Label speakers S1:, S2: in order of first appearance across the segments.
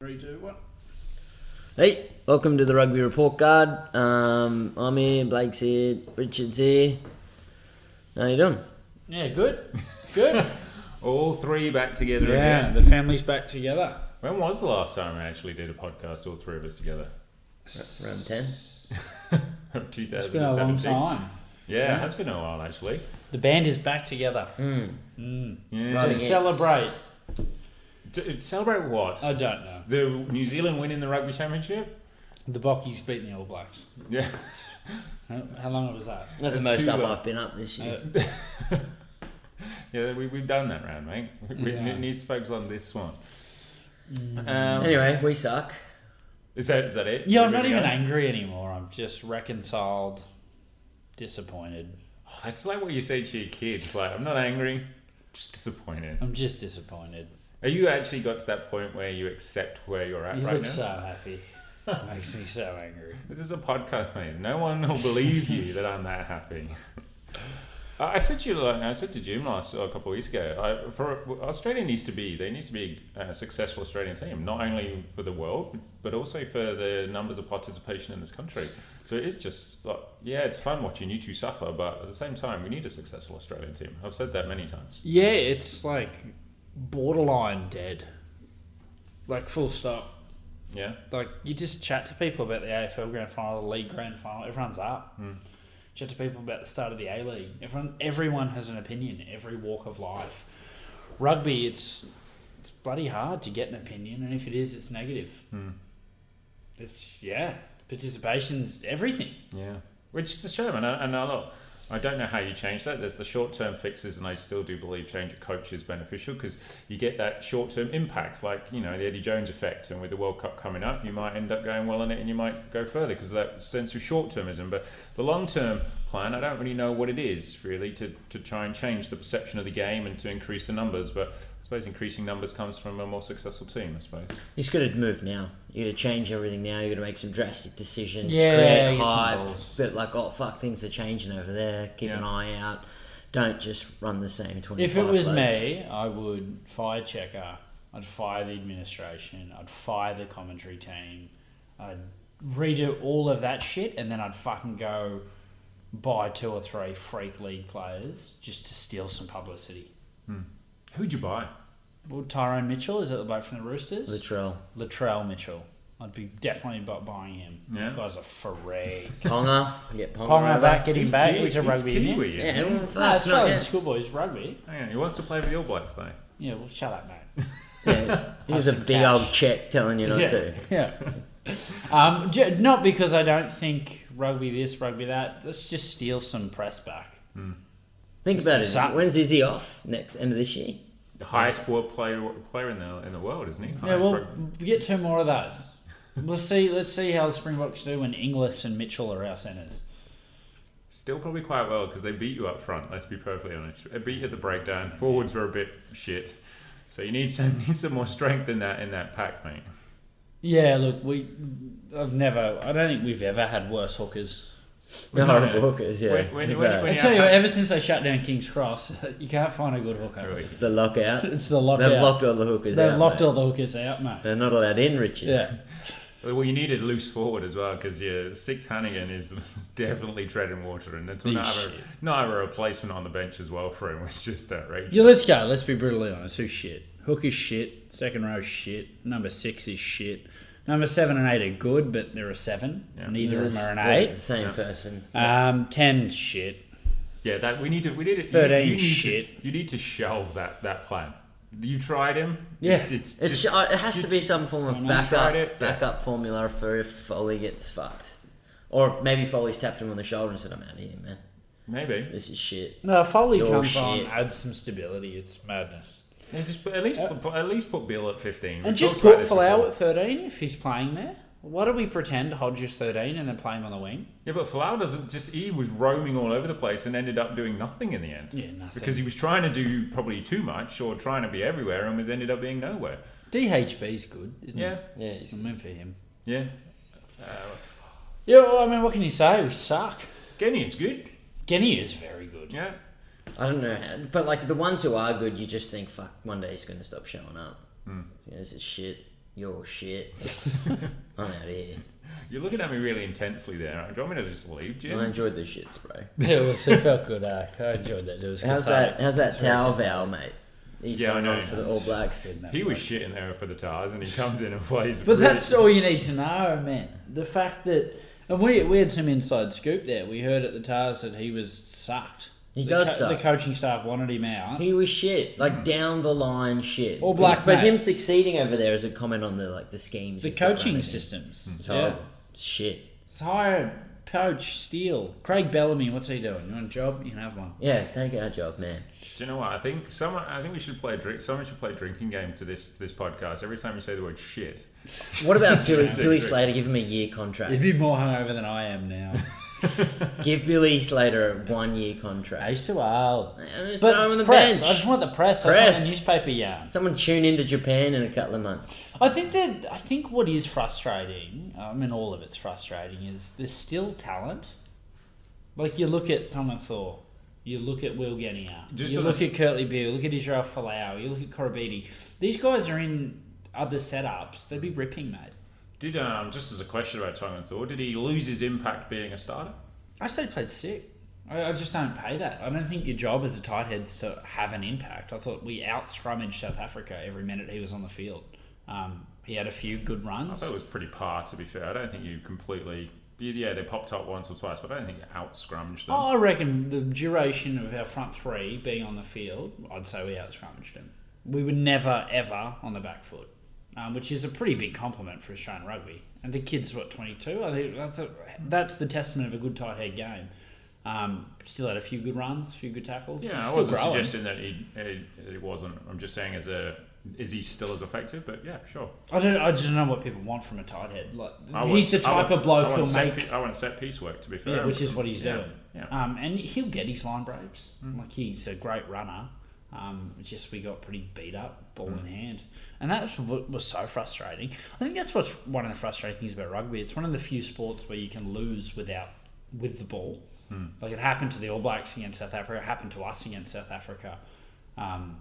S1: Three, two, one.
S2: Hey, welcome to the Rugby Report Card. Um, I'm here, Blake's here, Richard's here. How you doing?
S1: Yeah, good. Good.
S3: All three back together
S1: yeah,
S3: again.
S1: the family's back together.
S3: When was the last time we actually did a podcast, all three of us together?
S2: Round 10.
S1: It's been a long
S3: 2017.
S1: time.
S3: Yeah, it has been a while actually.
S1: The band is back together.
S3: Yeah.
S1: To
S2: Right. Yes.
S1: celebrate.
S3: To- to celebrate what?
S1: I don't know.
S3: the New Zealand win in the rugby championship?
S1: The Bockies beating the All Blacks.
S3: Yeah.
S1: How, how long was that?
S2: That's, the
S3: That's
S2: most
S3: too
S2: up
S3: low.
S2: I've been up this year.
S1: Uh,
S3: Yeah, we, we've done that round, mate. We
S1: Yeah.
S3: we need to focus on this one. Um,
S2: anyway, we suck.
S3: Is that, is that it?
S1: yeah,
S3: We're
S1: I'm not
S3: gonna
S1: even
S3: go?
S1: angry anymore. I'm just reconciled, disappointed.
S3: Oh, that's like what you say to your kids. Like, I'm not angry, just disappointed.
S1: I'm just disappointed.
S3: Are you actually got to that point where you accept where you're at
S1: You
S3: right
S1: look
S3: now?
S1: so happy. Makes me so angry.
S3: This is a podcast, mate. No one will believe you that I'm that happy. I I said to you, like, I said to Jim last a couple of weeks ago. I, for Australia needs to be there needs to be a successful Australian team, not only for the world but also for the numbers of participation in this country. So it is just like, yeah, it's fun watching you two suffer, but at the same time, we need a successful Australian team. I've said that many times.
S1: Yeah, it's like borderline dead. Like full stop.
S3: Yeah,
S1: Like you just chat to people about the AFL grand final, the league grand final, everyone's up. Chat to people about the start of the A League. Everyone everyone has an opinion, every walk of life. Rugby it's it's bloody hard to get an opinion and if it is it's negative. It's yeah. Participation's everything.
S3: yeah. Which is a shame, and I, and I look. I don't know how you change that. There's the short term fixes, and I still do believe change of coach is beneficial because you get that short term impact, like you know the Eddie Jones effect. And with the World Cup coming up, you might end up going well in it, and you might go further because of that sense of short termism. But the long term plan, I don't really know what it is really to, to try and change the perception of the game and to increase the numbers. But I suppose increasing numbers comes from a more successful team. I suppose.
S2: You just got to move now. You got to change everything now. You got to make some drastic decisions.
S1: Yeah,
S2: create
S1: get some
S2: hype.
S1: goals.
S2: But like, oh fuck, things are changing over there. Keep an
S3: Yeah.
S2: eye out. Don't just run the same twenty.
S1: If it was me, I would fire Checker. I'd fire the administration. I'd fire the commentary team. I'd redo all of that shit, and then I'd fucking go buy two or three freak league players just to steal some publicity.
S3: Who'd you buy?
S1: Well, Tyrone Mitchell is that the bloke from the Roosters?
S2: Latrell,
S1: Latrell Mitchell. I'd be definitely bu- buying him.
S3: Yeah.
S1: That guy's a freak.
S2: Ponga, get Ponga,
S1: Ponga
S2: over.
S1: back, get him
S3: He's
S1: back.
S3: Kiwi-
S1: He's a rugby union.
S3: Kiwi,
S2: Yeah,
S3: isn't he?
S2: well,
S1: No,
S2: fuck, not
S1: Australian
S2: yet.
S1: schoolboys rugby.
S3: Hang on, he wants to play for the All Blacks though.
S1: Yeah, well, shut up, mate.
S2: Yeah, Here's a
S1: Have some
S2: big
S1: cash.
S2: old check telling you not
S1: yeah.
S2: to.
S1: Yeah. um, ju- not because I don't think rugby this, rugby that. Let's just steal some press back.
S2: Think about it.
S1: Sat-
S2: When's Izzy off? Next end of this year.
S3: The highest world player player in the in the world, isn't he?
S1: yeah,
S3: Highest
S1: we'll
S3: rugby-
S1: get two more of those. Let's see. Let's see how the Springboks do when Inglis and Mitchell are our centres.
S3: Still probably quite well because they beat you up front. Let's be perfectly honest. They beat you at the breakdown. Forwards were a bit shit, so you need some need some more strength in that in that pack, mate.
S1: Yeah, look, we. I've never. I don't think we've ever had worse hookers.
S2: The
S3: No,
S2: horrible
S3: no.
S2: hookers, yeah.
S3: When- when-
S2: they're
S3: when-
S2: bad.
S3: when-
S1: I tell you, what, ever since they shut down King's Cross, you can't find a good hooker.
S3: Really.
S2: It's the lockout.
S1: It's the lockout.
S2: They've locked all the hookers
S1: They've
S2: out.
S1: locked
S2: mate.
S1: all the hookers out, mate.
S2: They're not allowed in, Richard.
S1: Yeah.
S3: Well, you needed loose forward as well because your six Hannigan is, is definitely treading water, and it's
S1: He's
S3: not have, a,
S1: shit.
S3: not have a replacement on the bench as well for him, which is just outrageous.
S1: Yeah, let's go. Let's be brutally honest. Who's shit? Hook is shit. Second row is shit. Number six is shit. Number seven and eight are good, but there are seven.
S3: Yeah.
S1: Neither of them are an
S2: Yeah, it's
S1: eight.
S2: the same person.
S1: Um, ten 's shit.
S3: Yeah, that we need to. We need it.
S1: 13
S3: you, need
S1: shit.
S3: To, you need to shelve that that plan. You tried him.
S1: Yeah.
S3: It's, it's,
S2: It's,
S3: just,
S2: uh, it has to be some form of
S1: someone
S2: backup,
S3: tried it, yeah.
S2: backup formula for if Foley gets fucked. Or maybe Foley's tapped him on the shoulder and said, I'm out of here, man.
S3: maybe.
S2: This is shit.
S1: No, Foley
S2: You're
S1: comes
S2: shit.
S1: on, adds some stability. It's madness.
S3: Yeah, just put, at least put, at least put Bill at fifteen. We've
S1: And just
S3: talked about
S1: put
S3: this
S1: Falau
S3: before.
S1: at thirteen if he's playing there. Why do we pretend Hodge is thirteen and then play him on the wing?
S3: Yeah, but Falau doesn't just he was roaming all over the place and ended up doing nothing in the end.
S1: Yeah, nothing.
S3: Because he was trying to do probably too much or trying to be everywhere and was ended up being nowhere.
S1: DHB's good, isn't
S3: Yeah,
S2: Yeah,
S1: he? It's a win for him.
S3: yeah.
S1: Yeah, well, I mean, what can you say? We suck.
S3: Kenny is good.
S1: Genny is very good.
S3: Yeah.
S2: I don't know. How,
S3: Hmm.
S2: but like the ones who are good, you just think, fuck, one day he's going to stop showing up. Yeah, this is shit. You're shit. I'm out of here.
S3: You're looking at me really intensely there. Do you want me to just leave, Jim?
S2: I enjoyed the shit spray.
S1: It was it felt good. eh? I enjoyed that. It was
S2: How's
S1: cathartic.
S2: that? How's that towel vowel, mate? He's
S3: Yeah, I
S2: going
S3: know.
S2: on for the All Blacks.
S1: Didn't that
S3: He
S1: work?
S3: was shitting there for the tires, and he comes in and plays.
S1: But
S3: really-
S1: that's all you need to know, man. The fact that, and we we had some inside scoop there. We heard at the Tars that he was sucked.
S2: He
S1: the
S2: does suck.
S1: The coaching staff wanted him out.
S2: He was shit,
S3: Hmm.
S2: like down the line shit.
S1: All Black,
S2: but
S1: mate.
S2: him succeeding over there is a comment on the like the schemes.
S1: the
S2: we've got
S1: coaching
S2: running.
S1: systems.
S2: It's
S1: Yeah.
S2: horrible. Shit.
S1: It's hire coach Steele. Craig Bellamy. What's he doing? You want a job? You can have one.
S2: Yeah, take our job, man.
S3: Do you know what? I think someone. I think we should play a drink. Someone should play a drinking game to this to this podcast. Every time you say the word shit,
S2: What about Billy,
S3: Take
S2: Billy
S3: three.
S2: Slater? Give him a year
S1: He'd
S2: contract.
S1: be more hungover than I am now.
S2: Give Billy Slater a one year
S1: Nah,
S2: contract.
S1: He's too old.
S2: And just
S1: uh, But
S2: throw him on the
S1: press. I
S2: bench.
S1: just want the press. I just
S2: Press.
S1: want the newspaper yarn.
S2: Someone tune into Japan in a couple of months.
S1: I think that I think what is frustrating, I mean, all of it's frustrating, is there's still talent. Like you look at Tomathor, you look at Will Genia,
S3: Just
S1: you
S3: so
S1: look
S3: that's-
S1: at Curtly Beale, look at Israel Folau, you look at Corabidi. These guys are in other setups. They'd be ripping, mate.
S3: did um just as a question about Tongan Thor, did he lose his impact being a starter?
S1: I said played sick. I, I just don't pay that. I don't think your job as a tight head's to have an impact. I thought we out scrummaged South Africa every minute he was on the field. Um, he had a few good
S3: I
S1: runs.
S3: thought it was pretty par. To be fair, I don't think you completely. Yeah, they popped up once or twice, but I don't think you out scrummaged them.
S1: Oh, I reckon the duration of our front three being on the field, I'd say we out scrummaged them. We were never ever on the back foot, um, which is a pretty big compliment for Australian rugby. And the kids what twenty two. I think that's a, that's the testament of a good tight head game. Um, still had a few good runs, a few good tackles.
S3: Yeah,
S1: He's
S3: I
S1: still
S3: wasn't
S1: growing.
S3: suggesting that he, he, he wasn't. I'm just saying, as a is he still as effective? But yeah, sure.
S1: I don't. I just don't know what people want from a tight head. Like
S3: I
S1: he's the
S3: want- I
S1: type
S3: want-
S1: of
S3: I
S1: bloke
S3: want
S1: who'll
S3: set
S1: make
S3: pi- I want set piece work. To be fair,
S1: Yeah, which is what he's
S3: Yeah,
S1: doing.
S3: yeah. Mm.
S1: Um, and he'll get his line breaks. Like he's a great runner. Um, it's just we got pretty beat up,
S3: Mm.
S1: ball in hand, and that's what was so frustrating. I think that's what's one of the frustrating things about rugby. It's one of the few sports where you can lose without with the ball.
S3: Mm.
S1: Like it happened to the All Blacks against South Africa. It happened to us against South Africa. Um,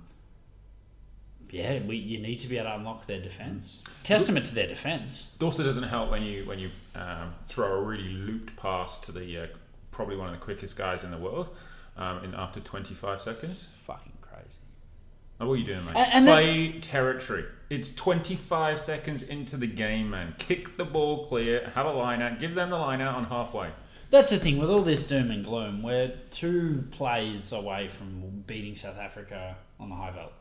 S1: yeah, we, you need to be able to unlock their defense.
S3: Mm.
S1: Testament to their defense.
S3: It also doesn't help when you when you um, throw a really looped pass to the uh, probably one of the quickest guys in the world um, in after 25 seconds.
S1: Fucking crazy.
S3: Oh, what are you doing, mate?
S1: And- and that's-
S3: Play territory. It's 25 seconds into the game, man. Kick the ball clear. Have a line out. Give them the line out on halfway.
S1: That's the thing with all this doom and gloom. We're two plays away from beating South Africa on the high veld.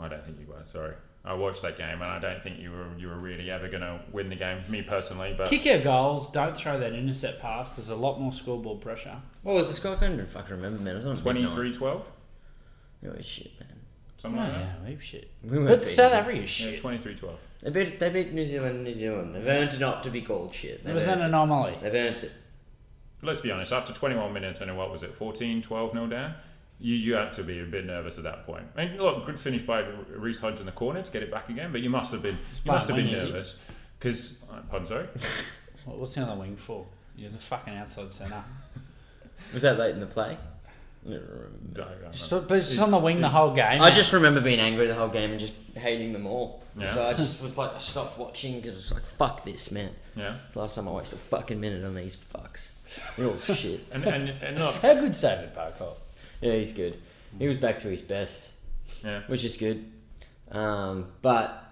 S3: I don't think you were. Sorry, I watched that game, and I don't think you were you were really ever going to win the game. Me personally, but
S1: Kick our goals. Don't throw that intercept pass. There's a lot more scoreboard pressure.
S2: What was the score? I can't even fucking remember, man. It was on 23.
S3: 23-12,
S2: It was shit, man.
S3: something like that.
S1: Oh, yeah, we've shit.
S2: We weren't
S1: But
S2: beating
S1: South
S2: them.
S1: Africa is
S3: Yeah,
S1: shit.
S3: 23-12.
S2: They beat, they beat New Zealand, New Zealand. They've earned it not to be called shit.
S1: It
S2: They've
S1: was an
S2: earned it.
S1: anomaly.
S2: They've earned it.
S3: Let's be honest. After 21 minutes, and what was it, 14, 12 nil down, you you had to be a bit nervous at that point. I mean, look, good finish by Reese Hodge in the corner to get it back again, but you must have been you
S1: Smart
S3: must have been
S1: wing, is he?
S3: nervous because pardon, sorry.
S1: What- What's the other wing for? He was a fucking outside centre.
S2: Was that late in the play? I don't remember.
S3: I don't know.
S1: Just- But it's on the wing the
S3: it's-
S1: whole game.
S2: I
S1: man.
S2: just remember being angry the whole game and just hating them all.
S3: Yeah.
S2: So I just was like, I stopped watching because it's like, fuck this, man.
S3: yeah,
S2: It's the last time I watched a fucking minute on these fucks. They're all shit.
S3: and and and look,
S1: how good David Parkhoff?
S2: Yeah, he's good. He was back to his best,
S3: yeah.
S2: which is good. Um, but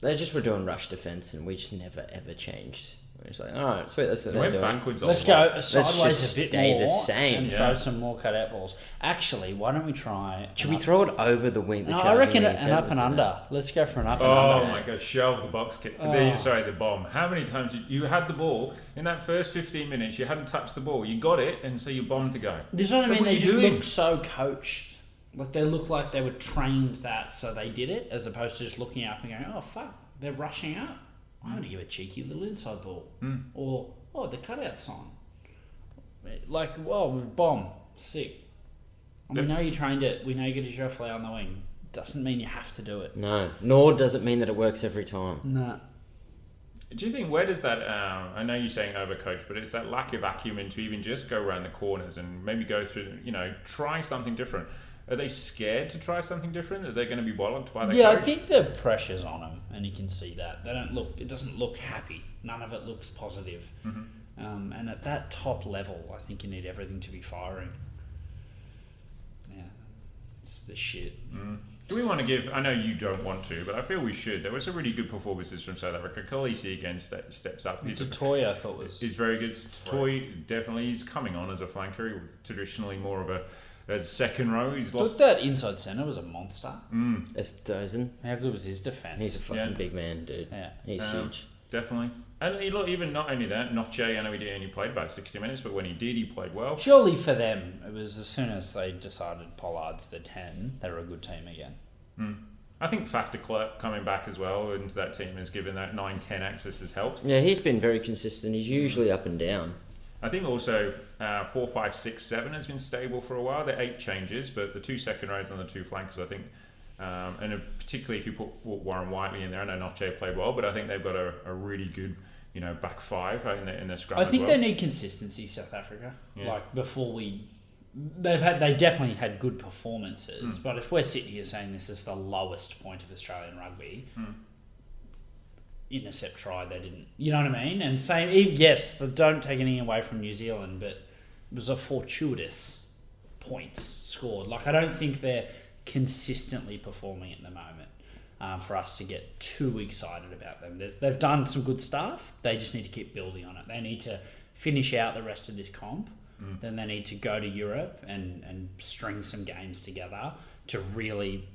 S2: they just were doing rush defense and we just never ever changed. We're just like, all right, sweet, that's what
S3: It
S2: they're
S3: went
S2: doing.
S3: backwards. a
S1: Let's
S3: lot.
S1: go sideways
S2: just
S1: a bit
S2: stay the
S1: more
S2: same.
S1: and
S3: Yeah.
S1: throw some more cutout balls. Actually, why don't we try?
S2: Should we throw it over the wing? The
S1: No, I
S2: charging
S1: reckon
S2: wing
S1: an
S2: set
S1: up
S2: was
S1: and
S2: in
S1: under. Let's go for an up and
S3: Oh
S1: under.
S3: my god, shelve the box kick.
S1: Oh.
S3: The, sorry, the bomb. How many times did, you had the ball in that first 15 minutes? You hadn't touched the ball. You got it, and so you bombed the guy.
S1: This is what I
S3: But
S1: mean.
S3: what
S1: They
S3: you
S1: just
S3: doing?
S1: look so coached. Like they look like they were trained that, so they did it, as opposed to just looking up and going, "Oh fuck, they're rushing up. I'm going to give a cheeky little inside ball,"
S3: Hmm.
S1: or "Oh, the cutout's on." Like, well, bomb, sick. And we
S3: Yep.
S1: know you trained it. We know you get a your on the wing. Doesn't mean you have to do it.
S2: there. No, nor does it mean that it works every time.
S1: No.
S3: Do you think where does that? Um, I know you're saying overcoach, but it's that lack of acumen to even just go around the corners and maybe go through. You know, try something different. Are they scared to try something different? Are they going to be bollocked by their
S1: yeah, I
S3: coach?
S1: think the pressure's on them, and you can see that they don't look. It doesn't look happy. None of it looks positive. Um, and at that top level, I think you need everything to be firing. Yeah, it's the shit.
S3: Do we want to give? I know you don't want to, but I feel we should. There were some really good performances from South Africa. Khaleesi again ste- steps up. He's, a,
S1: Toy I thought was
S3: he's very good. Toy definitely he's coming on as a flanker. Traditionally more of a as second row. He's
S1: was
S3: lost.
S1: that inside centre was a monster.
S2: It's dozen.
S1: How good was his defence?
S2: Mm. He's a fucking
S3: Yeah.
S2: big man, dude.
S1: Yeah.
S2: He's
S3: Um,
S2: huge.
S3: Definitely. And he, look, even not only that, Noche. I know he did only played about sixty minutes, but when he did, he played well.
S1: Surely for them, it was as soon as they decided Pollard's the ten, they were a good team again.
S3: I think Faf de Klerk coming back as well into that team has given that 9-10 access has helped.
S2: Yeah, he's been very consistent. He's usually up and down.
S3: I think also uh, four, five, six, seven has been stable for a while. There are eight changes, but the two second rows and the two flankers, I think, um, and uh, particularly if you put Warren Whiteley in there, I know Noche played well, but I think they've got a, a really good, you know, back five in their, in their scrum
S1: I
S3: as
S1: think
S3: well.
S1: they need consistency, South Africa.
S3: Yeah.
S1: Like before we, they've had they definitely had good performances,
S3: Hmm.
S1: but if we're sitting here saying this is the lowest point of Australian rugby, intercept try they didn't. You know what I mean? And same, ev- yes, they don't take anything away from New Zealand, but it was a fortuitous points scored. Like I don't think they're consistently performing at the moment. Um, for us to get too excited about them, There's, they've done some good stuff. They just need to keep building on it. They need to finish out the rest of this comp. Then they need to go to Europe and and string some games together to really.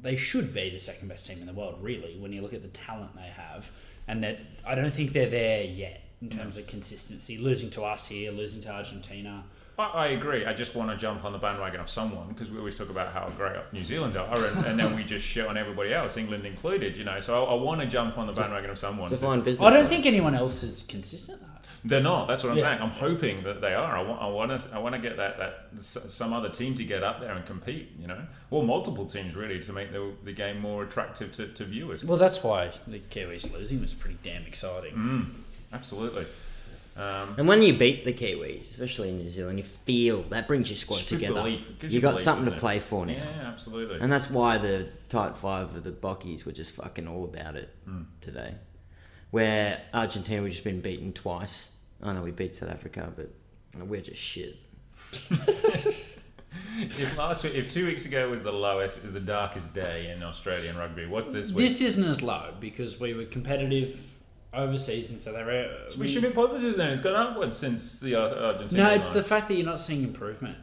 S1: They should be the second best team in the world, really, when you look at the talent they have. And that I don't think they're there yet in terms of consistency. Losing to us here, losing to Argentina.
S3: But I agree. I just want to jump on the bandwagon of someone because we always talk about how great New Zealand are, and, and then we just shit on everybody else, England included. You know, so I, I want to jump on the bandwagon of someone. to-
S2: Define business.
S1: I don't
S2: man.
S1: think anyone else is consistent though.
S3: They're not. That's what I'm
S1: Yeah.
S3: saying. I'm hoping that they are. I want. I want to. I want to get that. That s- some other team to get up there and compete. You know, or multiple teams really to make the, the game more attractive to, to viewers.
S1: Well, that's why the Kiwis losing was pretty damn exciting.
S3: Absolutely. Um,
S2: And when you beat the Kiwis, especially in New Zealand, you feel that brings your squad
S3: It's good
S2: together.
S3: belief. It gives you
S2: You've got
S3: belief,
S2: something
S3: doesn't
S2: to
S3: it?
S2: play for now.
S3: yeah, absolutely.
S2: And that's why the tight five of the Bockies were just fucking all about it
S3: Hmm.
S2: today. Where Argentina, we've just been beaten twice. I know we beat South Africa, but you know, we're just shit.
S3: if last week, if two weeks ago was the lowest, is the darkest day in Australian rugby. What's this week?
S1: This isn't as low because we were competitive overseas, and so they were.
S3: we should be positive then. It's gone upwards since the Ar- Argentina.
S1: No, it's the
S3: lines.
S1: fact that you're not seeing improvement.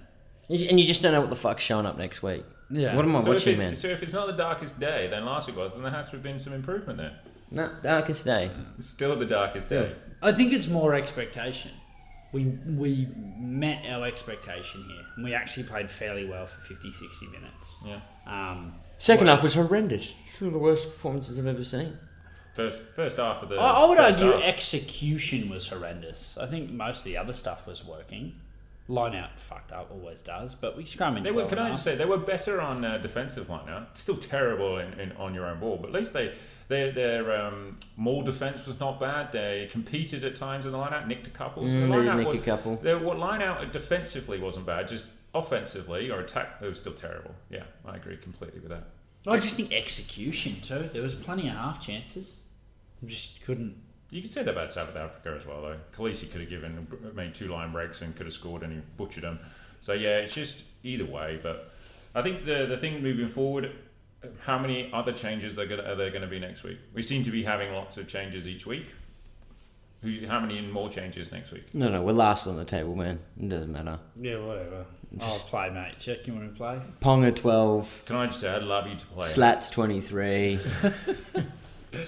S2: You ju- And you just don't know what the fuck's showing up next week.
S1: Yeah.
S2: What am I
S3: So if,
S2: watching, man?
S3: it's, so if it's not the darkest day, then last week was, then there has to have been some improvement there.
S2: No, darkest day.
S3: It's still the darkest day.
S1: I think it's more expectation. We we met our expectation here, and we actually played fairly well for 50, 60 minutes.
S3: Yeah.
S1: Um,
S2: Second
S1: Whereas-
S2: half was horrendous. It's one of the worst performances I've ever seen.
S3: First, first half of the.
S1: I, I would
S3: first
S1: argue
S3: half.
S1: execution was horrendous. I think most of the other stuff was working. Line out fucked up, always does, but we scrummaged.
S3: They were,
S1: well
S3: can I
S1: enough.
S3: just say they were better on uh, defensive line now. Still terrible in, in on your own ball, but at least they their their um, maul defense was not bad. They competed at times in the lineout, nicked a couple. So the
S2: Mm, they did
S3: lineout
S2: nick a
S3: was-
S2: couple.
S3: Their what lineout defensively wasn't bad. Just offensively or attack, it was still terrible. Yeah, I agree completely with that.
S1: I just think execution too. There was plenty of half chances. I just couldn't.
S3: You could say that about South Africa as well, though. Khaleesi could have given made two line breaks and could have scored, and he butchered them. So yeah, it's just either way. But I think the the thing moving forward, how many other changes are, gonna, are there going to be next week? We seem to be having lots of changes each week. Who, how many more changes next week?
S2: No, no, we're last on the table, man. It doesn't matter.
S1: Yeah, whatever. I'll play, mate. Check. You want to play?
S2: Ponga 12,
S3: Can I just say I'd love you to play?
S2: Slats 23.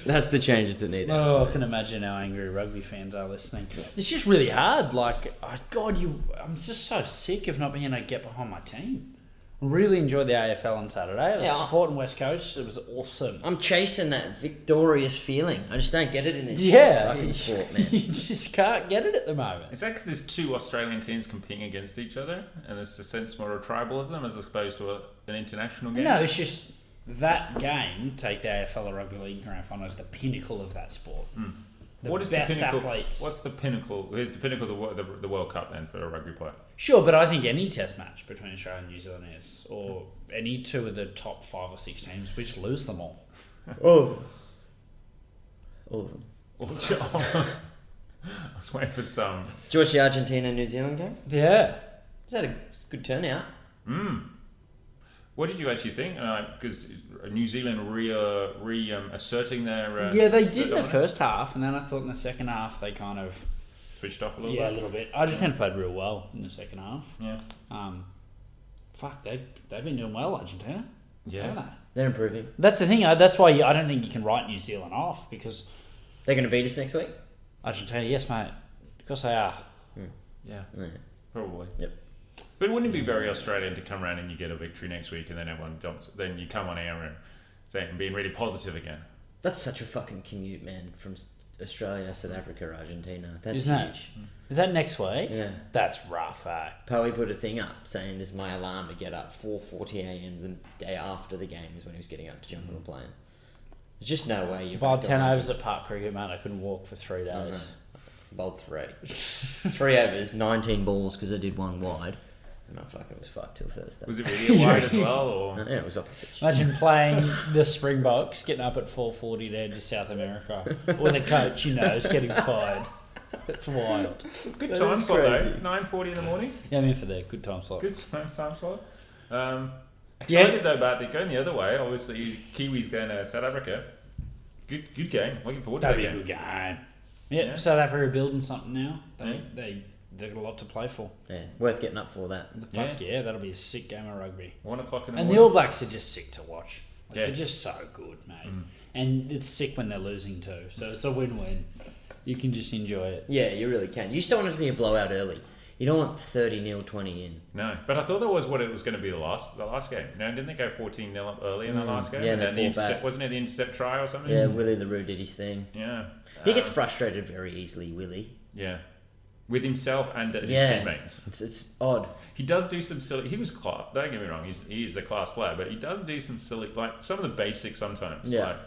S2: That's the changes that need
S1: Oh, I can imagine how angry rugby fans are listening. It's just really hard. Like, oh, God, you. I'm just so sick of not being able to get behind my team. I Really enjoyed the AFL on Saturday. I was
S2: Yeah.
S1: supporting West Coast. It was awesome.
S2: I'm chasing that victorious feeling. I just don't get it in this
S1: yeah,
S2: fucking sport, man.
S1: you just can't get it at the moment.
S3: It's like there's two Australian teams competing against each other, and there's a sense more of tribalism as opposed to a, an international game.
S1: No, it's just that game, take the AFL or Rugby League Grand Final as the pinnacle of that sport. the
S3: what is
S1: best
S3: the pinnacle?
S1: athletes.
S3: What's the pinnacle? Is the pinnacle the, wo- the, the World Cup then for a rugby player?
S1: Sure, but I think any test match between Australia and New Zealand is, or any two of the top five or six teams, we just lose them all.
S2: Oh. All of them.
S3: Or- I was waiting for some.
S2: Did you watch the Argentina New Zealand game?
S1: Yeah.
S2: Is that a good turnout?
S3: What did you actually think? Because New Zealand re, uh, re um, asserting their uh,
S1: Yeah, they
S3: their
S1: did in the
S3: dominance.
S1: first half, and then I thought in the second half they kind of
S3: switched off a little
S1: yeah a
S3: bit.
S1: little bit. Argentina played real well in the second half.
S3: Yeah,
S1: Um, fuck, they they've been doing well, Argentina.
S3: yeah.
S1: haven't they?
S2: They're improving.
S1: That's the thing. I, that's why you, I don't think you can write New Zealand off because
S2: They're going to beat us next week?
S1: Argentina, yes, mate, because they are.
S3: Yeah,
S2: Yeah.
S3: probably.
S2: Yep.
S3: But wouldn't it be very Australian to come around and you get a victory next week and then everyone jumps? Then you come on air and saying being really positive again.
S2: That's such a fucking commute, man, from S- Australia, South Africa, Argentina. That's
S1: Isn't it?
S2: huge.
S1: Is that next week?
S2: Yeah.
S1: That's rough, eh?
S2: Poey put a thing up saying this is my alarm to get up 4.40 a.m. the day after the game is when he was getting up to jump on a plane. There's just no way you're
S1: Bowled
S2: back
S1: ten
S2: on.
S1: overs at Park Cricket, mate. I couldn't walk for three days.
S2: No, no. Bowled three. three overs, 19 balls because I did one wide. And I fucking was fucked till Thursday. Uh,
S3: Was it really a wide as well, or
S2: yeah, it was off the pitch.
S1: Imagine playing the Springboks, getting up at four forty to head to South America with a coach you know is getting fired. It's wild.
S3: good
S2: That
S3: time
S2: is
S3: slot though?
S2: crazy.
S3: Nine forty in the morning.
S1: Yeah, I'm in for the good time slot.
S3: Good time, time slot. Um,
S1: Yeah.
S3: excited though about the going the other way. Obviously, Kiwis going to South Africa. Good, good game. Looking forward to
S1: That'd
S3: that
S1: be a
S3: game.
S1: good game. Yep, yeah,
S3: Yeah.
S1: South Africa building something now. They
S3: Yeah.
S1: they they've got a lot to play for.
S2: Yeah, worth getting up for that.
S1: Fuck yeah, that'll be a sick game of rugby.
S3: One o'clock in the
S1: And the
S3: morning.
S1: All Blacks are just sick to watch. Like,
S3: Yeah. Mm.
S1: They're just so good, mate. And it's sick when they're losing too, so it's a win-win. You can just enjoy it.
S2: Yeah, you really can. You just don't want it to be a blowout early. You don't want 30 nil 20 in.
S3: no, but I thought that was what it was going to be the last, the last game. No, didn't they go fourteen 0 up early in the
S2: Mm,
S3: last game?
S2: yeah,
S3: and
S2: they
S3: then the
S2: fought
S3: intercept,
S2: back.
S3: wasn't it the intercept try or something?
S2: Yeah, Willie Larue did his thing.
S3: yeah.
S2: He gets
S3: Um,
S2: frustrated very easily, Willie.
S3: yeah, with himself and uh, his
S2: Yeah.
S3: teammates.
S2: It's, it's odd.
S3: He does do some silly. He was class. Don't get me wrong. He's he is a class player, but he does do some silly, like some of the basics sometimes.
S2: Yeah.
S3: Like,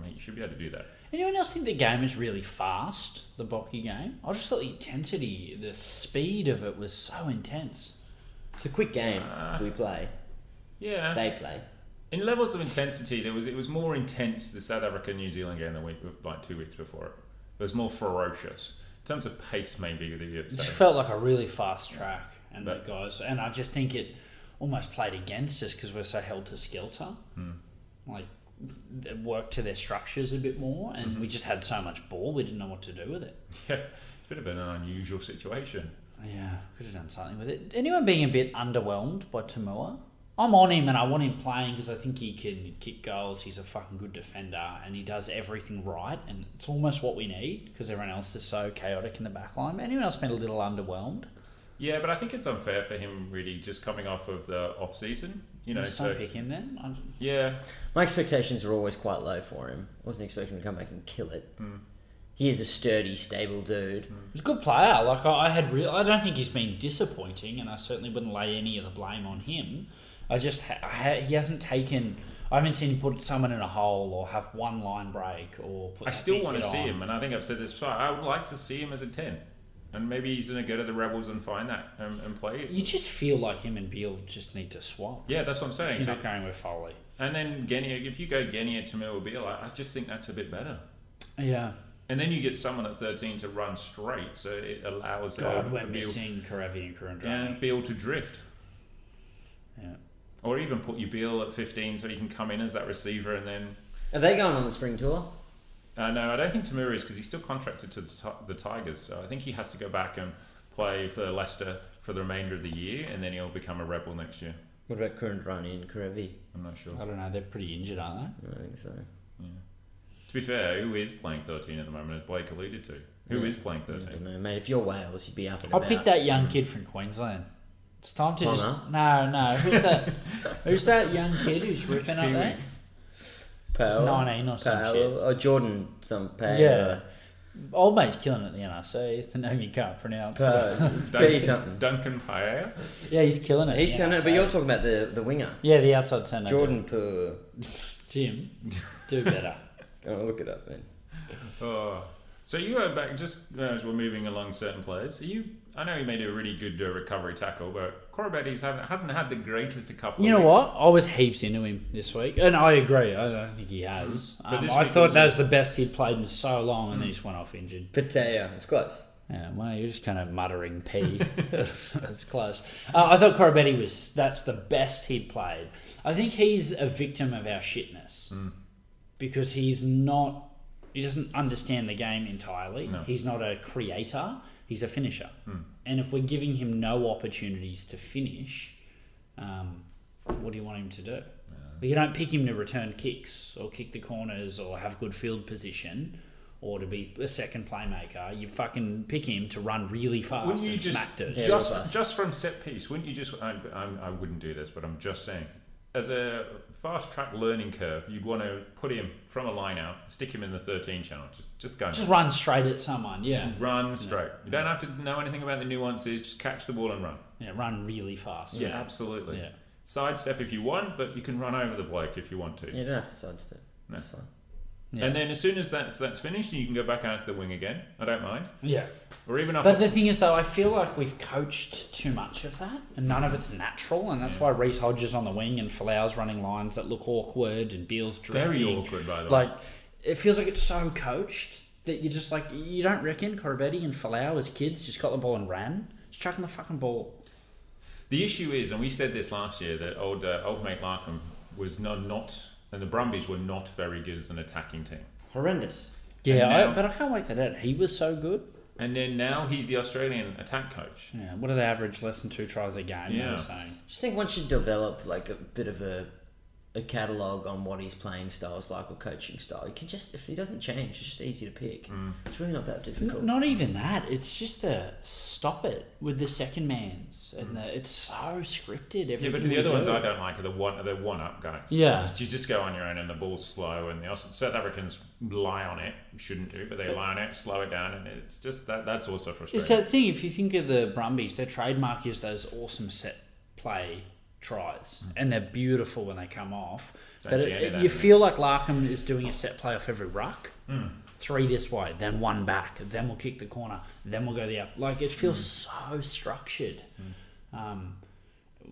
S3: mate, you should be able to do that.
S1: Anyone else think the game is really fast? The Bocky game? I just thought the intensity, the speed of it was so intense.
S2: It's a quick game.
S3: Ah.
S2: we play.
S3: Yeah.
S2: They play.
S3: In levels of intensity, there was it was more intense the South Africa New Zealand game the week like two weeks before it. It was more ferocious in terms of pace, maybe. The
S1: It just
S3: South-
S1: felt like a really fast track, and the
S3: But-
S1: guys, and I just think it almost played against us because we're so held to skelter. Like, they worked to their structures a bit more, and we just had so much ball, we didn't know what to do with it.
S3: yeah, it's a bit of an unusual situation.
S1: Yeah, could have done something with it. Anyone being a bit underwhelmed by Tamua? I'm on him and I want him playing because I think he can kick goals. He's a fucking good defender and he does everything right. And it's almost what we need because everyone else is so chaotic in the back line. Anyone else been a little underwhelmed?
S3: Yeah, but I think it's unfair for him really just coming off of the off season. You know,
S1: Just don't
S3: so
S1: pick him then. I-
S3: yeah,
S2: My expectations were always quite low for him. Wasn't expecting him to come back and kill it.
S3: Hmm.
S2: He is a sturdy, stable dude.
S1: He's a good player. Like I, I had, real. I don't think he's been disappointing, and I certainly wouldn't lay any of the blame on him. I just, ha- I ha- he hasn't taken. I haven't seen him put someone in a hole or have one line break or. Put
S3: I
S1: that
S3: still
S1: big
S3: want
S1: hit
S3: to see
S1: on.
S3: him, and I think I've said this before. I would like to see him as a ten, and maybe he's going to go to the Rebels and find that um, and, and play. it.
S1: You just feel like him and Beal just need to swap.
S3: Yeah, that's what I'm saying.
S1: He's
S3: So
S1: not going with Foley.
S3: And then Genia, if you go Genia to Murwabila, I just think that's a bit better.
S1: Yeah.
S3: And then you get someone at 13 to run straight, so it allows
S1: God,
S3: uh,
S1: we're
S3: Beal,
S1: missing Karevi and Kurundrani.
S3: and Beal to drift.
S1: Yeah.
S3: Or even put your Beal at 15 so he can come in as that receiver and then.
S2: Are they going on the spring tour?
S3: Uh, no, I don't think Tamura is because he's still contracted to the, Ti- the Tigers, so I think he has to go back and play for Leicester for the remainder of the year and then he'll become a Rebel next year.
S2: What about Kurandrani and Karevi?
S3: I'm not sure.
S1: I don't know. They're pretty injured, aren't
S2: I don't think so.
S3: To be fair, who is playing 13 at the moment, as Blake alluded to? Who is
S2: Yeah.
S3: playing
S2: I
S3: 13?
S2: don't know, mate. If you're Wales, you'd be up and
S1: they? I'll
S2: about.
S1: pick that young kid from Queensland. It's time to just
S2: Connor?
S1: no, no. Who's that? who's that young kid who's ripping up
S3: Kiwi.
S1: there?
S2: Powell,
S1: 19 or some
S2: Powell,
S1: shit.
S2: Or Oh, Jordan, some Powell.
S1: Yeah. Old mate's killing it at the NRC. It's the name you can't pronounce.
S2: Powell. It's B
S3: Duncan,
S2: something.
S3: Duncan Paella?
S1: yeah, he's killing it.
S2: He's
S1: at the
S2: going to,
S1: NRC.
S2: but you're talking about the, the winger.
S1: yeah, the outside centre.
S2: Jordan Poor.
S1: Jim, do better.
S2: Oh, look it up, man.
S3: Oh, So you go back just as we're moving along certain players. You, I know he made a really good uh, recovery tackle, but Corbetti's haven't hasn't had the greatest of couple.
S1: You
S3: of
S1: know
S3: weeks.
S1: what? I was heaps into him this week, and I agree. I don't think he has.
S3: But
S1: Um,
S3: this
S1: I
S3: week
S1: thought
S3: was Hmm.
S1: that was the best he'd played in so long, and he just went off injured.
S2: Patea, it's close.
S1: Yeah, well, you're just kind of muttering P. that's close. Uh, I thought Corabetti was, that's the best he'd played. I think he's a victim of our
S3: Hmm.
S1: shitness because he's not, he doesn't understand the game entirely.
S3: No. Hmm.
S1: He's not a creator, he's a finisher. And if we're giving him no opportunities to finish, um, what do you want him to do? But you don't pick him to return kicks or kick the corners or have good field position or to be a second playmaker. You fucking pick him to run really fast
S3: Wouldn't you
S1: and
S3: just
S1: smack dirt.
S3: just,
S2: Yeah,
S3: just from set piece? Wouldn't you just? I, I'm, I wouldn't do this, but I'm just saying. As a fast track learning curve, you'd want to put him from a line out, stick him in the 13 channel, just just go. and
S1: Just run straight at someone. Yeah,
S3: Just run straight. You don't have to know anything about the nuances. Just catch the ball and run.
S1: yeah, run really fast.
S3: Yeah, absolutely.
S1: Yeah.
S3: Sidestep if you want, but you can run over the bloke if you want to.
S2: You don't have to sidestep.
S3: No.
S2: That's fine.
S1: Yeah.
S3: And then as soon as that's that's finished, you can go back out to the wing again. I don't mind.
S1: yeah.
S3: Or even up.
S1: But the thing is, though, I feel like we've coached too much of that, and none of it's natural, and that's why Reese Hodges on the wing and Falau's running lines that look awkward and Beal's drifting.
S3: very awkward, by the way.
S1: Like, it feels like it's so coached that you just like you don't reckon Corabetti and Falau as kids just got the ball and ran, just chucking the fucking ball.
S3: The issue is, and we said this last year, that old uh, old mate Larkham was not, not, and the Brumbies were not very good as an attacking team.
S2: Horrendous.
S1: Yeah,
S3: now-
S1: I, but I can't wait that out. He was so good.
S3: And then now he's the Australian attack coach.
S1: Yeah, what are they average? Less than two tries a game. Yeah,
S3: Yeah.
S1: saying.
S2: Just think once you develop like a bit of a a catalogue on what his playing style is like or coaching style, you can just if he doesn't change, it's just easy to pick. It's really not that difficult.
S1: Not even that. It's just the stop it with the second man's, and the, it's so scripted. Everything
S3: Yeah, but
S1: we
S3: the other
S1: do.
S3: ones I don't like are the one the one up guys.
S1: Yeah.
S3: Just- you just go on your own and the ball's slow, and the Aus- South Africans lie on it. Shouldn't do, but they lie on it, slow it down, and it's just that that's also frustrating.
S1: It's that thing. If you think of the Brumbies, their trademark is those awesome set play tries, and they're beautiful when they come off.
S3: Mm. Don't
S1: but
S3: see
S1: it-
S3: any of
S1: it-
S3: that
S1: you
S3: here.
S1: feel like Larkham is doing a set play off every ruck.
S3: Mm.
S1: Three this way, then one back, then we'll kick the corner, then we'll go the up. Like it feels
S3: Mm.
S1: so structured, um,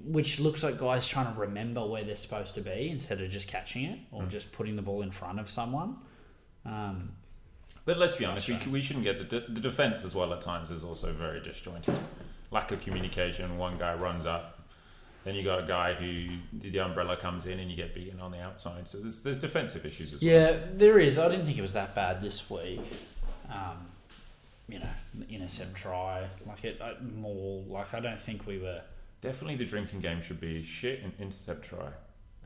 S1: which looks like guys trying to remember where they're supposed to be instead of just catching it
S3: Mm.
S1: or just putting the ball in front of someone. Um,
S3: But let's be honest, we, we shouldn't get the, de- the defense as well at times is also very disjointed. Lack of communication. One guy runs up, then you got a guy who the the umbrella comes in and you get beaten on the outside. So there's, there's defensive issues as well.
S1: Yeah, there is. I didn't think it was that bad this week. Um, you know, intercept try, like it uh, more. Like I don't think we were.
S3: Definitely the drinking game should be shit and intercept try.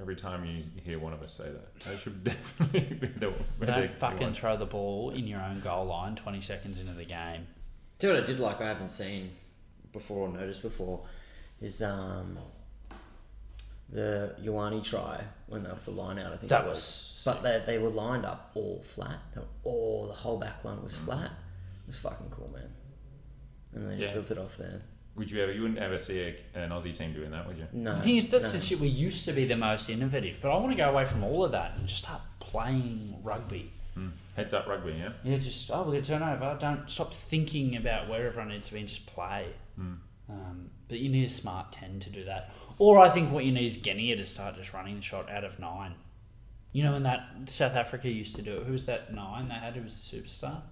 S3: Every time you hear one of us say that, that should definitely be the
S1: Don't
S3: the
S1: fucking
S3: one.
S1: throw the ball in your own goal line twenty seconds into the game.
S2: Do you know what I did like I haven't seen before or noticed before is um the Ioane try when they were off the line out. I think
S1: That
S2: it
S1: was
S2: but they, they were lined up all flat. They were all the whole back line
S1: Mm-hmm.
S2: was flat. It was fucking cool, man. And they just
S3: Yeah.
S2: built it off there.
S3: Would you ever? You wouldn't ever see a, an Aussie team doing that, would you?
S2: No,
S1: The thing is, that's
S2: no.
S1: the shit we used to be the most innovative. But I want to go away from all of that and just start playing rugby.
S3: Heads up rugby, yeah.
S1: Yeah, just oh, we're gonna turn over. Don't stop thinking about where everyone needs to be and just play. Um, but you need a smart ten to do that. Or I think what you need is Genia to start just running the shot out of nine. You know, when that South Africa used to do it. Who was that nine they had? Who was a superstar?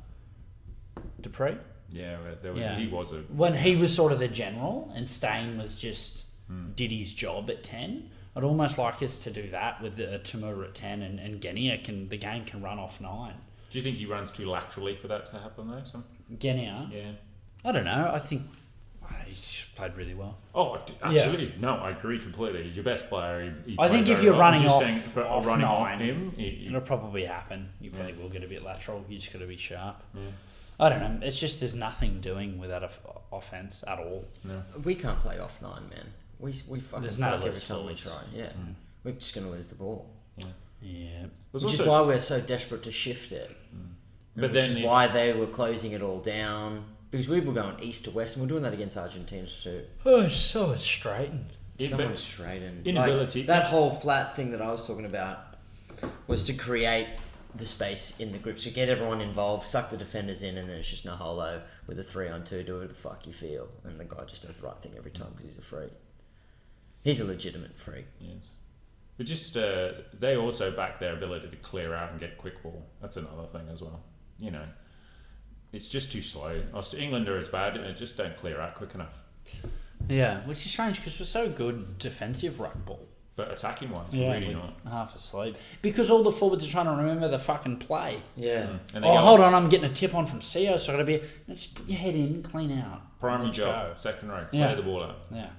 S1: Dupree.
S3: Yeah, well, there was,
S1: Yeah.
S3: he was a
S1: When he was sort of the general, and Stain was just did his job at ten. I'd almost like us to do that with the Tamura at ten, and, and Genia can the game can run off nine.
S3: Do you think he runs too laterally for that to happen though? Some,
S1: Genia.
S3: yeah.
S1: I don't know. I think well, he just played really well.
S3: Oh, d-
S1: Yeah.
S3: absolutely. No, I agree completely. He's your best player. He, he
S1: I
S3: played
S1: think if
S3: very
S1: you're
S3: well. I'm
S1: running
S3: just
S1: off-
S3: saying for
S1: off
S3: running off
S1: nine,
S3: him, he- he-
S1: It'll probably happen. You probably will get a bit lateral. You just got to be sharp. I don't know. It's just there's nothing doing without that of- offense at all.
S2: We can't play off nine, man. We we fucking
S1: There's no
S2: suck every
S1: loose
S2: time we
S1: forwards. Mm.
S2: try. Yeah, we're just gonna lose the ball.
S1: Yeah.
S3: was
S2: which is
S3: also-
S2: why we're so desperate to shift it.
S3: But
S2: But
S3: then
S2: which is
S3: the-
S2: why they were closing it all down because we were going east to west, and we're doing that against Argentina too.
S1: Oh, it's so it's straightened.
S3: Yeah, but-
S2: Someone straight and
S3: inability-
S2: Like, that whole flat thing that I was talking about was to create the space in the group. So get everyone involved, suck the defenders in, and then it's just Naholo with a three on two, do whatever the fuck you feel. And the guy just does the right thing every time because he's a freak. He's a legitimate freak.
S3: Yes. But just uh, they also back their ability to clear out and get quick ball. That's another thing as well. You know, it's just too slow. Aust- England are as bad. uh, Just don't clear out quick enough.
S1: Yeah, which is strange because we're so good defensive ruck ball.
S3: But attacking wise, really
S1: we're
S3: not.
S1: half asleep because all the forwards are trying to remember the fucking play.
S2: Yeah.
S3: And they
S1: Oh,
S3: go,
S1: hold on, I'm getting a tip on from CEO, so I gotta be. Just put your head in, clean out.
S3: Primary
S1: Let's
S3: job, second row, play
S1: Yeah.
S3: the ball out.
S1: go. Yeah.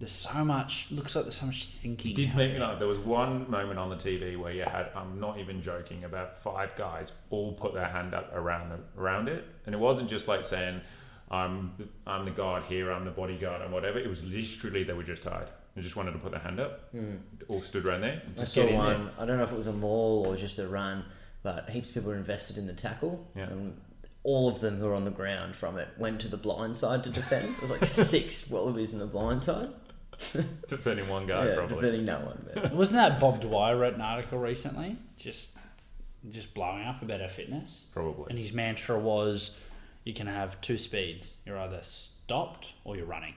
S1: There's so much. Looks like there's so much thinking.
S3: Did make me laugh. There was one moment on the TV where you had, I'm not even joking, about five guys all put their hand up around the, around it, and it wasn't just like saying, "I'm the- I'm the guard here, I'm the bodyguard, and whatever." It was literally they were just tired. They just wanted to put their hand up. All stood around there.
S2: I
S3: Just
S2: saw
S3: get in there.
S2: one. I don't know if it was a maul or just a run, but heaps of people were invested in the tackle.
S3: Yeah.
S2: And all of them who were on the ground from it went to the blind side to defend. It was like six wallabies in the blind side.
S3: Defending one guy,
S2: yeah,
S3: Oh, probably.
S2: defending no one. man.
S1: Wasn't that Bob Dwyer wrote an article recently, just just blowing up about our fitness?
S3: Probably.
S1: And his mantra was, "You can have two speeds. You're either stopped or you're running.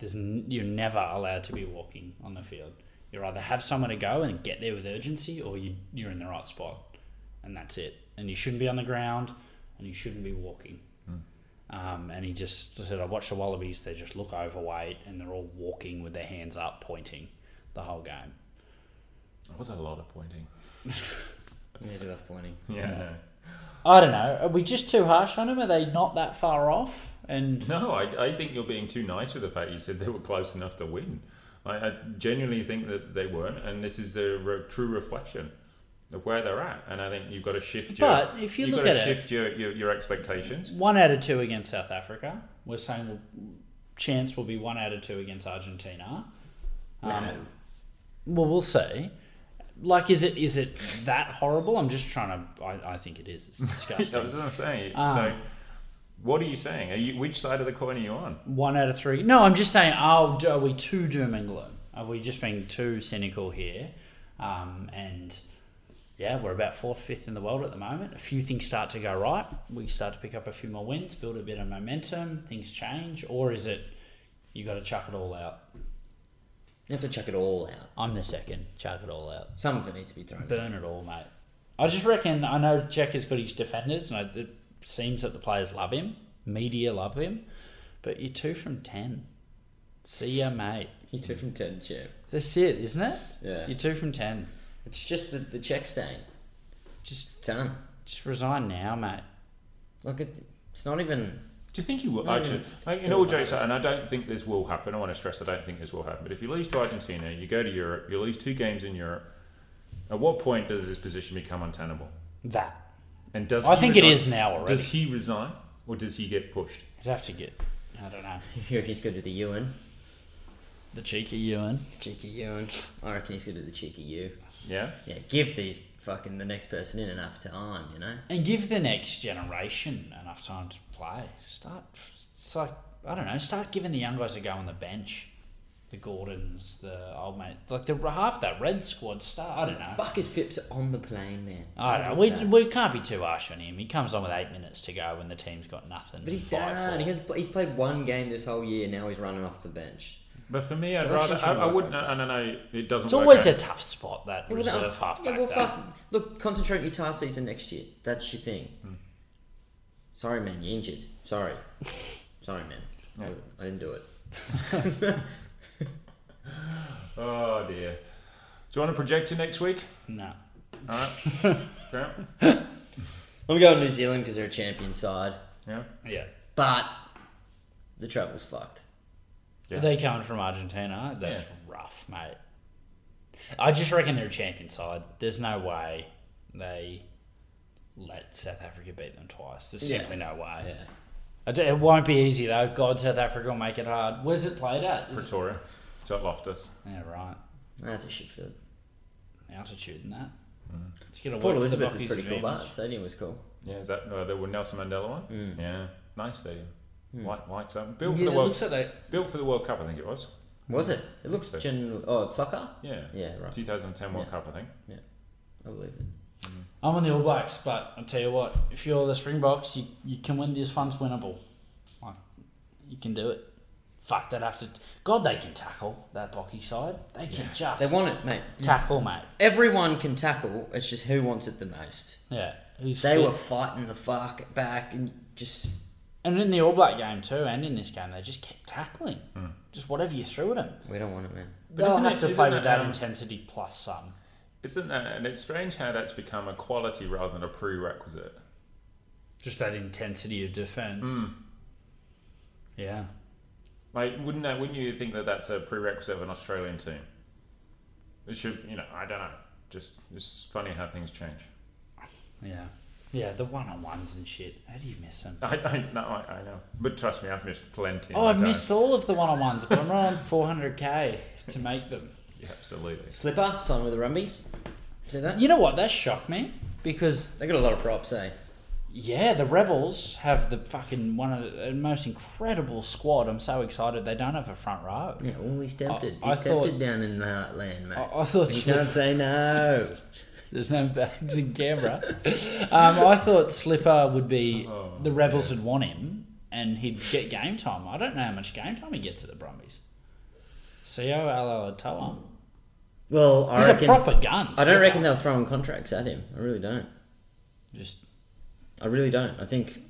S1: There's n- you're never allowed to be walking on the field. You either have somewhere to go and get there with urgency, or you you're in the right spot, and that's it. And you shouldn't be on the ground, and you shouldn't be walking." Um, and he just said, I watch the Wallabies, they just look overweight and they're all walking with their hands up, pointing the whole game.
S3: That was a lot of pointing.
S2: Yeah, do that pointing.
S3: Yeah.
S1: I don't know. Are we just too harsh on them? Are they not that far off? And
S3: No, I, I think you're being too nice with the fact you said they were close enough to win. I, I genuinely think that they weren't, and this is a re- true reflection of where they're at. And I think you've got to shift your.
S1: But if you
S3: have
S1: look
S3: got to
S1: at it-
S3: shift your, your your expectations.
S1: one out of two against South Africa. We're saying we'll, chance will be one out of two against Argentina. Um, Well, we'll see. Like, is it is it that horrible? I'm just trying to. I, I think it is. It's
S3: That was
S1: disgusting.
S3: what I'm saying.
S1: Ah.
S3: So, what are you saying? Are you which side of the coin are you on?
S1: one out of three. No, I'm just saying. Oh, do- are we too doom and gloom? Have we just been too cynical here? Um, and yeah, we're about fourth, fifth in the world at the moment. A few things start to go right. We start to pick up a few more wins, build a bit of momentum. Things change, or is it you got to chuck it all out?
S2: You have to chuck it all out.
S1: I'm the second. Chuck it all out.
S2: Some of it needs to be thrown. out.
S1: Burn it all, mate. I just reckon. I know Jack has got his defenders, and I- it seems that the players love him. Media love him, but you're two from ten. See ya, mate.
S2: You two from ten, champ.
S1: That's it, isn't it?
S2: Yeah.
S1: You're two from ten.
S2: It's just the, the check stain. It's
S1: Just
S2: done.
S1: just resign now, mate.
S2: Like it, it's not even.
S3: Do you think you will? Actually, like, in all jokes, and I don't think this will happen. I want to stress, I don't think this will happen. But if you lose to Argentina, you go to Europe, you lose two games in Europe. At what point does this position become untenable?
S1: That.
S3: And does
S1: I
S3: he
S1: think it
S3: resign?
S1: is now already.
S3: Does he resign or does he get pushed?
S1: You'd have to get I don't know.
S2: You reckon he's good to the UN?
S1: The cheeky Ewan.
S2: Cheeky UN. I reckon he's good to the cheeky U.
S3: Yeah,
S2: Yeah, give these fucking the next person in enough time, you know?
S1: And give the next generation enough time to play. Start it's like I don't know, start giving the young guys a go on the bench. The Gordons, the old mate like the half that red squad start I don't know.
S2: Fuck is Phipps on the plane, man?
S1: I don't
S2: What
S1: know.
S2: is
S1: We,
S2: that?
S1: we can't be too harsh on him. He comes on with eight minutes to go when the team's got nothing.
S2: But he's
S1: to fight
S2: done.
S1: for.
S2: He has, he's played one game this whole year. Now he's running off the bench.
S3: but for me, I'd
S2: Selection
S3: rather. I,
S2: shouldn't
S3: I
S2: work
S3: wouldn't.
S2: like
S3: I don't know. It doesn't.
S1: It's
S3: work
S1: always
S3: out.
S1: a tough spot that
S2: Yeah, well,
S1: reserve
S2: that-
S1: halfback.
S2: Yeah, well,
S1: though.
S2: fuck. Look, concentrate on your task season next year. That's your thing.
S1: Hmm.
S2: Sorry, man. You injured. Sorry. Sorry, man. I,
S3: Yeah.
S2: wasn't- I didn't do it.
S3: Oh dear. Do you want to project it next week?
S1: No.
S3: All right. yeah.
S2: I'm going to New Zealand because they're a champion side,
S3: Yeah.
S1: Yeah.
S2: but the travel's fucked.
S3: Yeah.
S1: They coming from Argentina. That's
S3: Yeah.
S1: rough, mate. I just reckon they're a champion side. There's no way they let South Africa beat them twice. There's
S2: Yeah.
S1: simply no way.
S2: Yeah.
S1: I d- It won't be easy though. God, South Africa will make it hard. Where's it played at? Is it-
S3: Pretoria. It's at Loftus.
S1: Yeah, right.
S2: That's a shit field.
S1: Altitude and that. It's gonna
S2: Port
S1: work to the
S2: Elizabeth was
S1: Bockies'
S2: pretty cool, but the
S1: advantage.
S2: stadium was cool.
S3: Yeah. Is that uh, the Nelson Mandela one? Yeah. Nice stadium. White, white up. Built for
S1: Hmm. Yeah,
S3: the
S1: it
S3: World.
S1: looks like they.
S3: Built for the World Cup, I think it was.
S2: Was it? It looks
S3: So-
S2: general. Oh, it's soccer.
S3: Yeah.
S2: Yeah, right.
S3: 2010 World
S2: Yeah.
S3: Cup, I think.
S2: I believe it.
S1: I'm on the All Blacks, but I tell you what, if you're the Springboks, you, you can win. This one's winnable. Like, you can do it. Fuck, they'd have to. God, they can tackle that Bocky side. They can just
S2: They want it, mate.
S1: tackle, mate.
S2: Everyone can tackle. It's just who wants it the most.
S1: Yeah, who's
S2: They
S1: fit.
S2: were fighting the fuck back and just
S1: and in the All Black game too, and in this game, they just kept tackling.
S2: Hmm.
S1: Just whatever you threw at them.
S2: we don't want it, man.
S1: But They'll
S3: isn't
S1: have
S3: it-
S1: to
S3: isn't
S1: play
S3: it,
S1: with that
S3: um,
S1: intensity plus some.
S3: Isn't that, and it's strange how that's become a quality rather than a prerequisite.
S1: Just that intensity of defense.
S2: Hmm.
S1: Yeah.
S3: Like, wouldn't that, wouldn't you think that that's a prerequisite of an Australian team? It should, you know, I don't know. Just, it's funny how things change.
S1: Yeah. Yeah, the one on ones and shit. How do you miss them?
S3: I don't know, I, I know. But trust me, I've missed plenty. in
S1: oh,
S3: my
S1: I've
S3: time.
S1: missed all of the one on ones, but I'm on 400k to make them.
S3: Yeah, absolutely.
S2: Slipper signed with the Rumbies. See that?
S1: You know what? That shocked me because
S2: They got a lot of props, eh?
S1: yeah, the Rebels have the fucking one of the most incredible squad. I'm so excited they don't have a front row.
S2: Yeah, well, he's tempted.
S1: I- I
S2: he's tempted
S1: thought-
S2: down in the heartland, mate.
S1: I, I thought
S2: you
S1: Slipper-
S2: can't say no.
S1: there's no bags in Canberra. um, I thought Slipper would be
S3: Oh,
S1: the Rebels would want him and he'd get game time. I don't know how much game time he gets at the Brumbies. Co Alatoa.
S2: Well, I
S1: He's
S2: reckon.
S1: a proper gun.
S2: I don't
S1: Slipper.
S2: reckon they're throwing contracts at him. I really don't.
S1: just
S2: I really don't. I think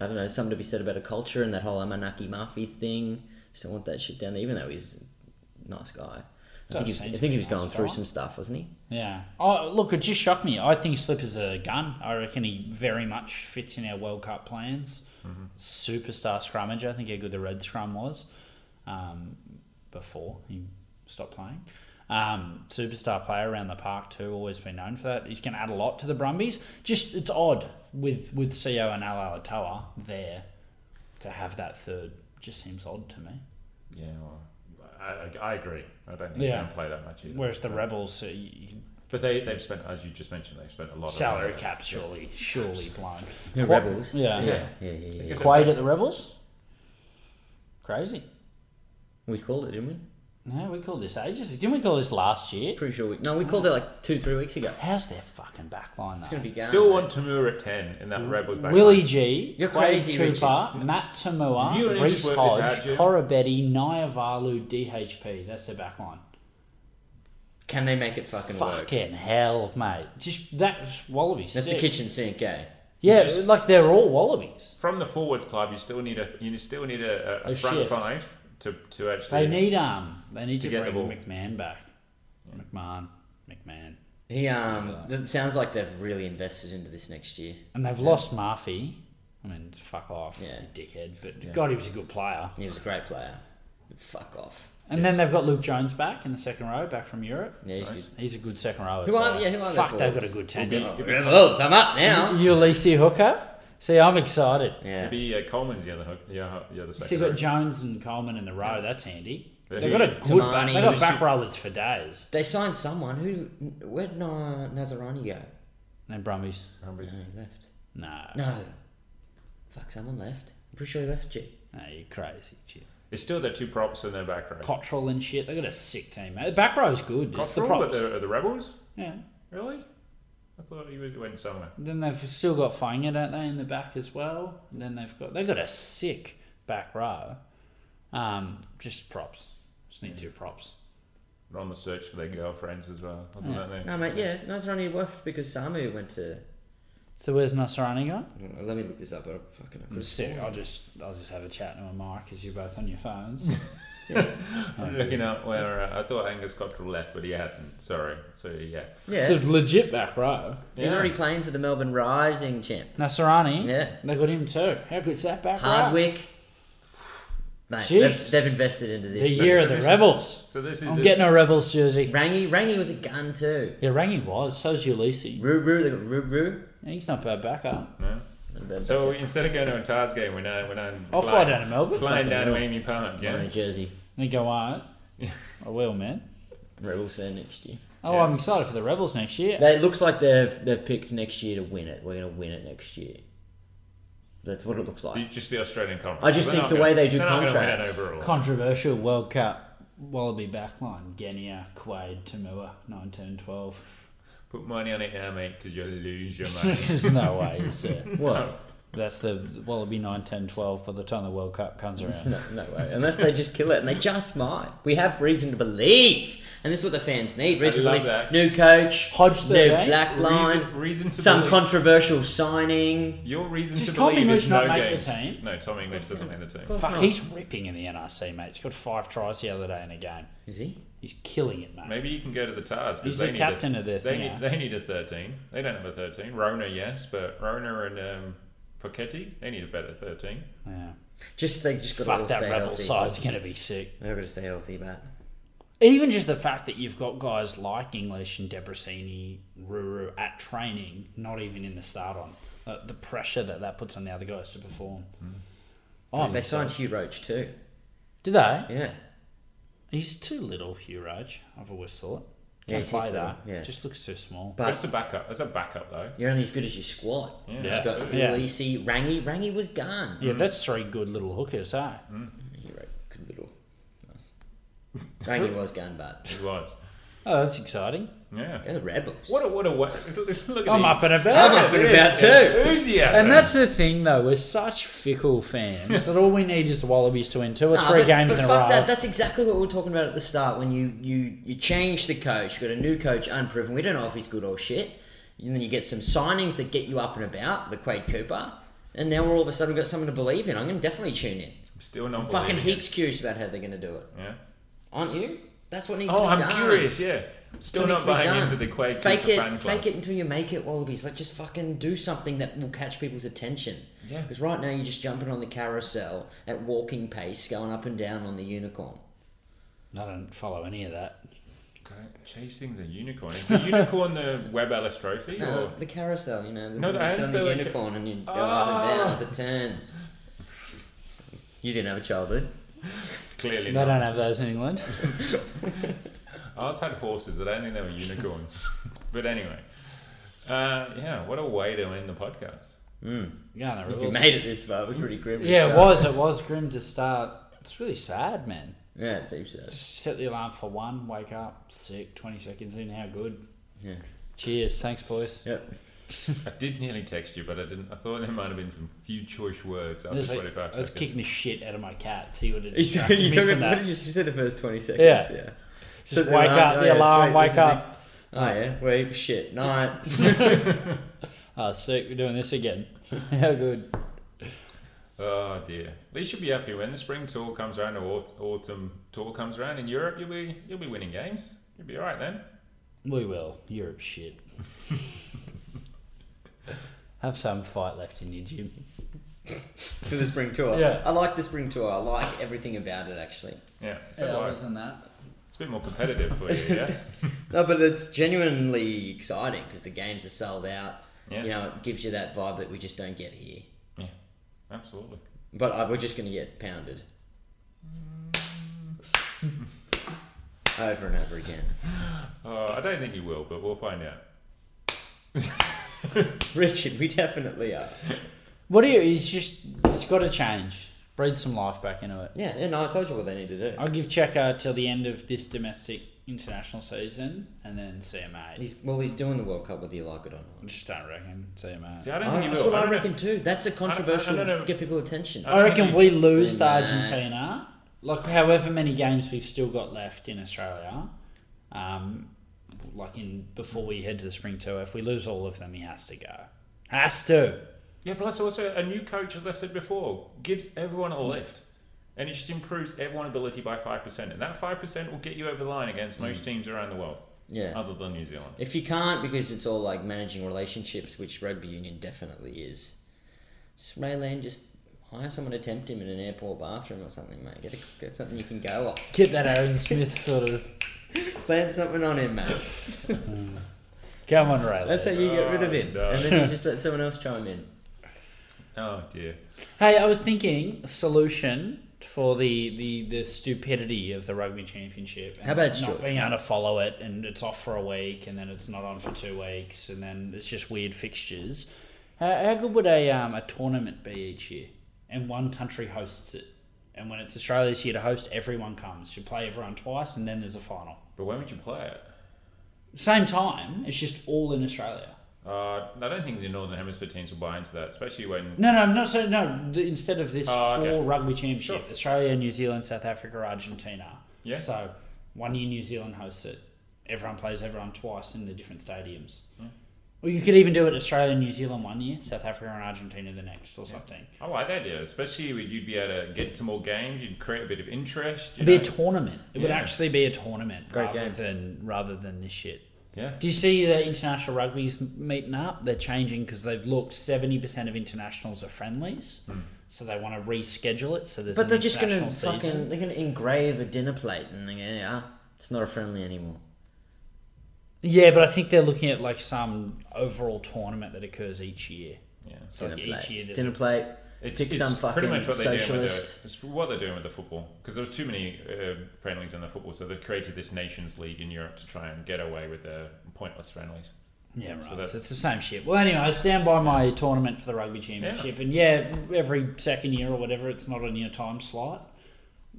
S2: I don't know something to be said about a culture and that whole Amanaki Mafi thing. Just don't want that shit down there. Even though he's a nice guy, I
S1: Does
S2: think he was,
S1: seem
S2: I
S1: to
S2: think
S1: be
S2: he was
S1: a nice
S2: going through
S1: guy.
S2: some stuff, wasn't he?
S1: Yeah. Oh, look, it just shocked me. I think Slipper's a gun. I reckon he very much fits in our World Cup plans. Superstar scrummager. I think how good the red scrum was um, before he stopped playing. Um, superstar player around the park too. Always been known for that. He's going to add a lot to the Brumbies. Just it's odd with with Co and Alalatoa there to have that third. Just seems odd to me.
S3: Yeah, well, I, I, I agree. I don't think he's
S1: Yeah.
S3: going to play that much either.
S1: Whereas the Rebels, uh, you, you
S3: But they, they've spent, as you just mentioned, they've spent a lot
S1: salary
S3: of money.
S1: cap surely surely blown.
S2: Yeah,
S1: Qua-
S2: Rebels.
S1: Yeah.
S3: Yeah.
S2: Yeah, yeah, yeah. yeah.
S1: Quaid at the Rebels. Crazy.
S2: We called it, didn't we?
S1: No, we called this ages. Didn't we call this last year?
S2: Pretty sure we. No,
S3: Uh,
S2: we called it like two, three weeks ago.
S1: How's their fucking backline
S2: It's
S1: though?
S2: gonna be going.
S3: Still want Tamur at 10 in
S1: Mm.
S3: that Rebels back.
S1: Willie G,
S2: You're
S1: Quade
S2: crazy, Richie.
S1: Cooper, Matt Tamua,
S3: You and him
S1: Reese
S3: just worked this out,
S1: Hodge,
S3: Jim.
S1: Corabetti, Nyavalu, DHP. That's their backline.
S2: Can they make it fucking work?
S1: Fucking hell, mate. Just that's Wallabies.
S2: That's
S1: sick.
S2: the kitchen sink, eh?
S1: Yeah,
S3: Just-
S1: like they're all Wallabies.
S3: From the forwards club, you still need a you still need a, a, a
S1: A
S3: front
S1: shift.
S3: five to, to actually.
S1: They need um, they need
S3: To
S1: to,
S3: get the
S1: bring
S3: ball.
S1: McMahon back. McMahon, McMahon,
S2: He um. It sounds like they've really invested into this next year.
S1: and they've lost Murphy. I mean, fuck off,
S2: Yeah.
S1: you dickhead. But God, he was a good player.
S2: He was a great player. Fuck off.
S1: And then they've got Luke Jones back in the second row, back from Europe.
S2: Yeah, he's
S3: Nice.
S2: good.
S1: He's a good second row.
S2: Who are- yeah, who are their
S1: Fuck, they've got a
S2: forwards?
S1: good tandem.
S2: Oh, Rebels, I'm up now.
S1: Ulysses Hooker. See, I'm excited.
S2: Yeah.
S3: Be uh, Coleman's the other hook. Yeah, the other
S1: So
S3: second.
S1: you've got Jones and Coleman in the row. That's handy.
S3: Yeah.
S1: They've got a good back.
S2: Tamani,
S1: They've got
S2: who's
S1: back rowers for days.
S2: They signed someone who. Where'd Na- Nazarani go?
S1: No Brumbies.
S3: Rebels.
S2: He left.
S1: No.
S2: No. Fuck, someone left. I'm pretty sure he left you.
S1: No, you're crazy. Shit.
S3: It's still the two props in their back row.
S1: Cottrell and shit. They've got a sick team, mate. The back row's good. It's the
S3: Cottrell at
S1: props.
S3: the, at the Rebels?
S1: Yeah.
S3: Really? I thought he was, went somewhere.
S1: Then they've still got Fanga, don't they, in the back as well? And then they've got they've got a sick back row. Um, just props. Just need two props.
S3: They're on the search for their girlfriends as well. Wasn't that there?
S2: No, mate, yeah. Nazarani left because Samu went to.
S1: So where's Nasrani gone?
S2: Let me look this up. I fucking. I
S1: I'm
S2: could've
S1: sick.
S2: sworn.
S1: I'll just I'll just have a chat to Mark because you're both on your phones.
S3: I'm looking up where uh, I thought Angus Cottrell left, but he hadn't. Sorry. So, yeah.
S2: Yeah.
S1: It's a legit back row.
S2: He's already playing for the Melbourne Rising champ.
S1: Nasrani.
S2: Yeah.
S1: They got him too. How good's that back row?
S2: Hardwick. Mate,
S1: Jesus.
S2: they've, they've invested into
S1: The
S2: this.
S3: So-
S1: year
S3: so
S1: of
S3: this
S1: the
S3: is-
S1: Rebels.
S3: So this is
S1: I'm
S3: his-
S1: getting a Rebels jersey.
S2: Rangi, Rangi was a gun too.
S1: Yeah, Rangy was. So's Ulysses.
S2: Roo, Roo, they got Roo, Roo.
S1: He's not bad backup.
S3: No? So instead of going to a Tars game, we're now we're now
S1: I'll fly down to Melbourne.
S3: flying down to Amy Park.
S2: On
S3: Yeah,
S2: a jersey.
S1: And go out. I will, man.
S2: Rebels there next year.
S1: Oh,
S3: Yeah.
S1: I'm excited for the Rebels next year.
S2: They, it looks like they've they've picked next year to win it. We're going to win it next year. That's what it looks
S3: The-
S2: like.
S3: just the Australian conference.
S2: I just
S3: They're
S2: think
S3: not
S2: the
S3: gonna-
S2: way they do
S3: they're not gonna win
S2: contracts-
S3: it overall.
S1: Controversial World Cup Wallaby backline: Genia, Quade, Tamua, nineteen twelve.
S3: Put money on it now, mate, because you'll lose your money.
S1: There's no way. Is there?
S2: What?
S1: That's the well. It'll be 9, 10, 12 by the time the World Cup comes around.
S2: No, no way. Unless they just kill it, and they just might. We have reason to believe, and this is what the fans need: reason to
S3: love
S2: believe.
S3: that.
S2: New coach,
S1: Hodge
S2: new
S1: there, eh?
S2: black line,
S3: reason, reason to
S2: some
S3: believe.
S2: controversial signing.
S3: your reason
S1: Does
S3: to
S1: Tom
S3: believe
S1: English
S3: is
S1: not
S3: no
S1: make the
S3: games.
S1: team?
S3: No, Tom English doesn't make the team.
S2: course
S1: Fuck,
S2: not.
S1: he's ripping in the NRC, mate. He's got five tries the other day in a game.
S2: Is he?
S1: He's killing it, mate.
S3: Maybe you can go to the Tars
S1: He's
S3: because
S1: the
S3: they need
S1: captain
S3: a,
S1: of their
S3: They
S1: thing,
S3: need,
S1: eh?
S3: they need a thirteen. They don't have a thirteen. Rona, yes, but Rona and um, Pochetti, they need a better thirteen.
S1: Yeah.
S2: Just they just got to all
S1: Fuck that
S2: stay
S1: rebel
S2: healthy.
S1: side's going to be sick.
S2: They've got to stay healthy, but
S1: Even just the fact that you've got guys like English and Debrasini, Ruru at training, not even in the start on, uh, the pressure that that puts on the other guys to perform.
S2: Mm.
S1: Oh,
S2: they signed Hugh Roach too.
S1: did they?
S2: Yeah,
S1: He's too little, Hugh Raj. I've always thought.
S2: Yeah,
S1: Can't
S2: he's
S1: play
S2: six
S1: that.
S2: little, yeah.
S1: Just looks too small.
S3: But
S2: But-
S3: it's a backup. It's a backup though.
S2: you're only as good as your squad.
S3: Yeah,
S2: You've got
S3: absolutely.
S1: Yeah.
S2: Ulisi, Rangi. Rangi was gone.
S1: yeah, that's three good little hookers, eh? huh?
S2: Mm. Hugh Roach, good little, nice. Rangi was gone, but
S3: It was.
S1: Oh, that's exciting.
S3: Yeah.
S2: yeah, the rebels.
S3: What a what a way. Look at
S1: I'm
S3: the
S1: up and about.
S2: I'm up and about Oh, too.
S3: enthusiasm.
S1: And that's the thing, though. We're such fickle fans that all we need is the Wallabies to win two or
S2: Nah,
S1: three
S2: Ah, but-
S1: games
S2: but
S1: in a
S2: fuck
S1: row.
S2: That. That's exactly what we were talking about at the start. When you you you change the coach, you got a new coach, unproven. We don't know if he's good or shit. And then you get some signings that get you up and about, the Quade Cooper, and now we're all of a sudden we've got something to believe in. I'm going to definitely tune in.
S3: I'm still not
S2: Fucking
S3: believing it.
S2: heaps curious about how they're going to do it,
S3: Yeah.
S2: aren't you? That's what needs to
S3: Oh,
S2: be
S3: I'm
S2: done.
S3: curious. Yeah. Still
S2: That's what needs to
S3: not
S2: be
S3: buying
S2: done.
S3: into the Quake
S2: Fake
S3: Cooper
S2: it,
S3: fan club.
S2: fake it until you make it, Wallabies. Like just fucking do something that will catch people's attention.
S3: Yeah.
S2: Because right now you're just jumping on the carousel at walking pace, going up and down on the unicorn.
S1: I don't follow any of that.
S3: Go chasing the unicorn. Is the unicorn the Webb Ellis Trophy?
S2: No,
S3: Or?
S2: the carousel, you know, the,
S3: No,
S2: no,
S3: the
S2: the,
S3: carousel, like-
S2: unicorn, and you go up and down
S3: Ah.
S2: as it turns. You didn't have a childhood.
S3: Clearly
S1: They
S3: not.
S1: don't have those in England.
S3: Ours had horses. I don't think they were unicorns. but anyway, uh, yeah, what a way to end the podcast.
S1: Yeah, no,
S2: If
S1: it
S2: you
S1: was-
S2: made it this far, it was pretty grim. uh, to
S1: yeah, it
S2: start.
S1: was. It was grim to start. It's really sad, man.
S2: Yeah, it seems so.
S1: Just set the alarm for one, wake up, sick, 20 seconds in, how good.
S2: Yeah.
S1: Cheers. Thanks, boys.
S2: Yep.
S3: I did nearly text you, but I didn't. I thought there might have been some few choice words
S1: I
S3: after
S1: was, like-
S3: 25
S1: I was
S3: seconds.
S1: kicking the shit out of my cat. See what it
S2: You,
S1: is.
S2: took-
S1: me
S2: you took
S1: from
S2: it. What did
S1: that.
S2: you, you said the first twenty seconds?
S1: Yeah.
S2: yeah.
S1: Just
S2: So
S1: wake up,
S2: oh,
S1: the
S2: yeah,
S1: alarm,
S2: sweet, this
S1: wake
S2: is it.
S1: up.
S2: Oh yeah, wait, shit, night.
S1: Oh, sick. We're doing this again. how good.
S3: Oh dear. At least you'll be happy when the spring tour comes around or aut- autumn tour comes around in Europe. You'll be you'll be winning games. You'll be all right then.
S1: We will. Europe shit. Have some fight left in you, Jim.
S2: for the spring tour.
S1: Yeah.
S2: I like the spring tour. I like everything about it actually.
S3: Yeah. So why-
S1: that.
S3: It's a bit more competitive for you. Yeah.
S2: No, but it's genuinely exciting because the games are sold out.
S3: Yeah.
S2: You know, it gives you that vibe that we just don't get here.
S3: yeah. Absolutely.
S2: But uh, we're just going to get pounded. over and over again.
S3: Uh, I don't think you will, but we'll find out.
S2: Richard, we definitely are.
S1: What do you? It's just. It's got to change. Breathe some life back into it.
S2: Yeah, and I told you what they need to do.
S1: I'll give Checker till the end of this domestic international season, and then see him out.
S2: He's, well, he's doing the World Cup whether you like it or
S1: I
S2: not.
S1: just don't reckon. See him out.
S3: See, I don't
S2: I,
S3: think you
S2: Uh, that's
S3: will.
S2: what I,
S3: don't know.
S2: reckon too. That's a controversial
S3: I don't know.
S2: get people attention.
S3: I-
S1: I reckon we lose
S2: See
S1: to
S2: him out.
S1: Argentina. Like however many games we've still got left in Australia, um, like in before we head to the spring tour, if we lose all of them, he has to go. Has to.
S3: Yeah, plus also a new coach, as I said before, gives everyone a lift. And it just improves everyone's ability by 5%. And that 5% will get you over the line against most teams around the world,
S2: yeah.
S3: other than New Zealand.
S2: If you can't, because it's all like managing relationships, which rugby union definitely is, just Raylan, just hire someone to tempt him in an airport bathroom or something, mate. Get, a, get something you can go off.
S1: Get that Aaron Smith sort of.
S2: Plan something on him, mate.
S1: Come on, Ray.
S2: That's how
S1: Lee.
S2: you get rid of him.
S3: Oh, no.
S2: And then you just let someone else chime in.
S3: Oh, dear.
S1: Hey, I was thinking solution for the, the, the stupidity of the rugby championship. And
S2: How about
S1: not
S2: shorts,
S1: being able to follow it, and it's off for a week, and then it's not on for two weeks, and then it's just weird fixtures. How, how good would a um, a tournament be each year, and one country hosts it, and when it's Australia's year to host, everyone comes. You play everyone twice, and then there's a final.
S3: But when would you play it?
S1: Same time, it's just all in Australia.
S3: Uh, I don't think the Northern Hemisphere teams will buy into that, especially when.
S1: No, no, I'm not saying no. The, instead of this
S3: Oh, okay.
S1: four rugby championship,
S3: Sure.
S1: Australia, New Zealand, South Africa, Argentina.
S3: Yeah.
S1: So one year New Zealand hosts it. Everyone plays everyone twice in the different stadiums. Or you could even do it Australia, New Zealand one year, South Africa and Argentina the next, or something.
S3: I like that idea, especially when you'd be able to get to more games, you'd create a bit of interest. You
S1: It'd be a
S3: know.
S1: tournament. It would
S3: Yeah.
S1: actually be a tournament
S2: Great
S1: rather
S2: game.
S1: than rather than this shit.
S3: yeah.
S1: Do you see the international rugby's m- meeting up? They're changing because they've looked seventy percent of internationals are friendlies, so they want to reschedule it. So there's
S2: But
S1: an
S2: they're just gonna
S1: international season.
S2: fucking they're gonna engrave a dinner plate and they yeah, it's not a friendly anymore.
S1: Yeah, but I think they're looking at like some overall tournament that occurs each year.
S3: Yeah.
S1: So
S2: Dinner
S1: like each year
S2: plate.
S1: there's
S2: Dinner plate.
S3: It's,
S2: pick
S3: it's
S2: some fucking
S3: pretty much what they're doing with
S2: socialist.
S3: the, it's what they're doing with the football because there was too many uh, friendlies in the football, so they've created this nations league in Europe to try and get away with the pointless friendlies.
S1: yeah, right. So,
S3: that's-
S1: it's the same shit. Well, anyway, I stand by my tournament for the rugby championship, and yeah, every second year or whatever, it's not on your time slot.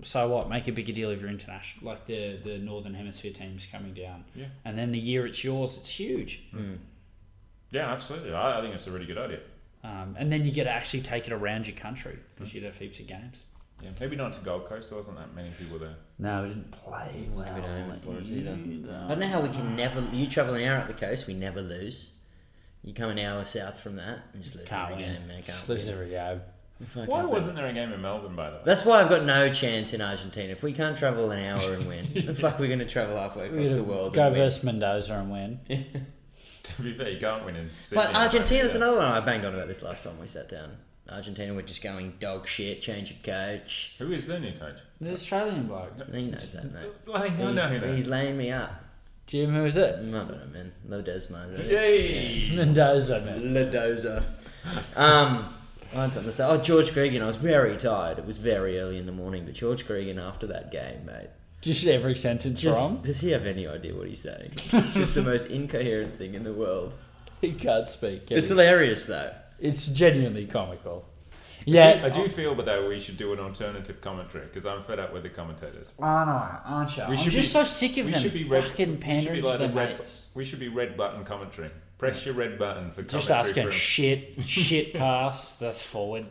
S1: So what? Make a bigger deal if you're international, like the the northern hemisphere teams coming down,
S3: Yeah.
S1: and then the year it's yours, it's huge.
S3: Yeah, absolutely. I, I think it's a really good idea.
S1: Um, and then you get to actually take it around your country because you'd have heaps of games.
S3: Yeah, maybe not to Gold Coast. There wasn't that many people there.
S1: No, we didn't play well.
S2: we don't have Florida
S1: either.
S2: I don't know how we can never. You travel an hour up the coast, we never lose. You come an hour south from that and just lose
S1: Can't
S2: every
S1: win.
S2: game, man. Can't
S3: um,
S1: Just lose
S2: win.
S1: every game.
S2: Fucking
S3: Why
S2: win.
S3: wasn't there a game in Melbourne, by the way?
S2: That's why I've got no chance in Argentina. If we can't travel an hour and win, the fuck we're gonna travel halfway across the world.
S1: Go
S2: and win?
S1: versus Mendoza and win.
S3: to be fair, you can't win in Sydney.
S2: But Argentina's
S3: Yeah.
S2: another one I banged on about this last time we sat down. Argentina were just going dog shit, change of coach.
S3: Who is their new coach?
S1: The Australian bloke.
S2: He knows that, mate.
S3: Like, I
S2: He's,
S3: know who that
S2: he's
S3: is.
S2: laying me up.
S1: Jim, who is it?
S2: I don't know, man. Ledesma. is it?
S3: Yay!
S1: Mendoza, man.
S2: Ledoza. Um, I had something to say. Oh, George Gregan. I was very tired. It was very early in the morning, but George Gregan after that game, mate.
S1: Just every sentence
S2: Just,
S1: wrong.
S2: Does he have any idea what he's saying? It's just the most incoherent thing in the world.
S1: He can't speak. can
S2: It's
S1: he?
S2: hilarious though.
S1: It's genuinely comical.
S3: I
S1: Yeah.
S3: do- I do feel, but though, we should do an alternative commentary because I'm fed up with the commentators.
S1: Aren't I? Aren't you?
S3: We
S1: I'm
S3: should
S1: just
S3: be-
S1: so sick of
S3: We
S1: them
S3: should be red.
S1: fucking
S3: we should
S1: pandering
S3: be like
S1: to
S3: the
S1: their
S3: red.
S1: mates.
S3: We should be red button commentary. Press your red button for commentary.
S1: Just asking
S3: for-
S1: shit, shit pass. That's forward.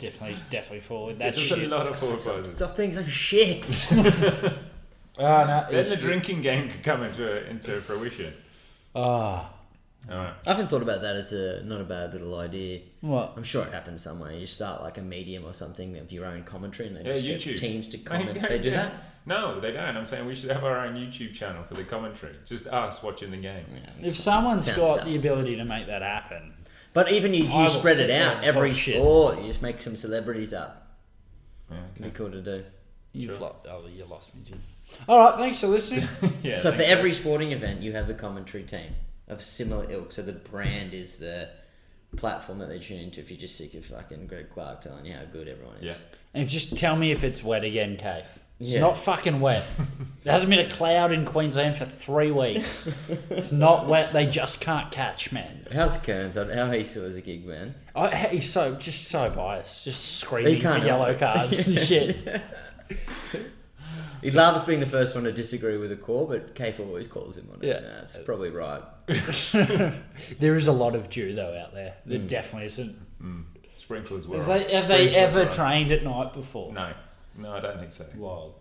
S1: Definitely, definitely forward. That's
S3: There's a
S1: shit.
S3: lot of forward passes.
S2: Stop being so shit.
S1: Oh, no,
S3: Then
S1: it's
S3: the
S1: shit.
S3: drinking game could come into into fruition.
S1: Ah,
S3: All right.
S2: I haven't thought about that as a not a bad little idea.
S1: what?
S2: I'm sure it happens somewhere. You just start like a medium or something of your own commentary, and they
S3: Yeah,
S2: just
S3: YouTube
S2: get teams to
S3: They
S2: comment.
S3: go-
S2: They do
S3: yeah.
S2: that.
S3: No, they don't. I'm saying we should have our own YouTube channel for the commentary. Just us watching the game.
S1: If someone's
S2: Sounds
S1: got
S2: tough.
S1: the ability to make that happen,
S2: But even you,
S1: I
S2: you
S1: will
S2: spread
S1: sit
S2: it
S1: there
S2: out
S1: and
S2: every
S1: talk shit.
S2: sport. You just make some celebrities up.
S3: Yeah,
S2: It'd be cool to do.
S1: you
S3: Sure.
S1: flopped. Oh, you lost me, Jim. All right, thanks for listening.
S3: okay. Yeah,
S2: so for
S3: thanks,
S2: every sporting event, you have a commentary team of similar ilk. So the brand is the platform that they tune into. If you're just sick of fucking Greg Clark telling you how good everyone
S1: e-
S2: is.
S3: Yeah.
S1: and just tell me if it's wet again, Cave. It's
S2: Yeah.
S1: not fucking wet. there hasn't been a cloud in Queensland for three weeks. it's not wet. They just can't catch, man.
S2: How's Kearns? How he still is a gig man.
S1: I, he's so just so biased, just screaming for
S2: can't help
S1: yellow
S2: it.
S1: cards and shit.
S2: He loves being the first one to disagree with a call, but Kafe always calls him on it.
S1: Yeah.
S2: Nah, that's probably right.
S1: There is a lot of dew though out there. There
S2: Mm.
S1: definitely isn't.
S3: Sprinklers were.
S1: Have
S3: on.
S1: they, have they
S3: Sprinklers
S1: ever
S3: were on.
S1: trained at night before?
S3: No, no, I don't think so.
S1: Wild.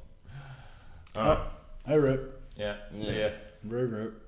S3: All right.
S1: Oh. Hey, Rip.
S3: Yeah. So
S2: Yeah.
S3: yeah.
S1: Rip, Rip.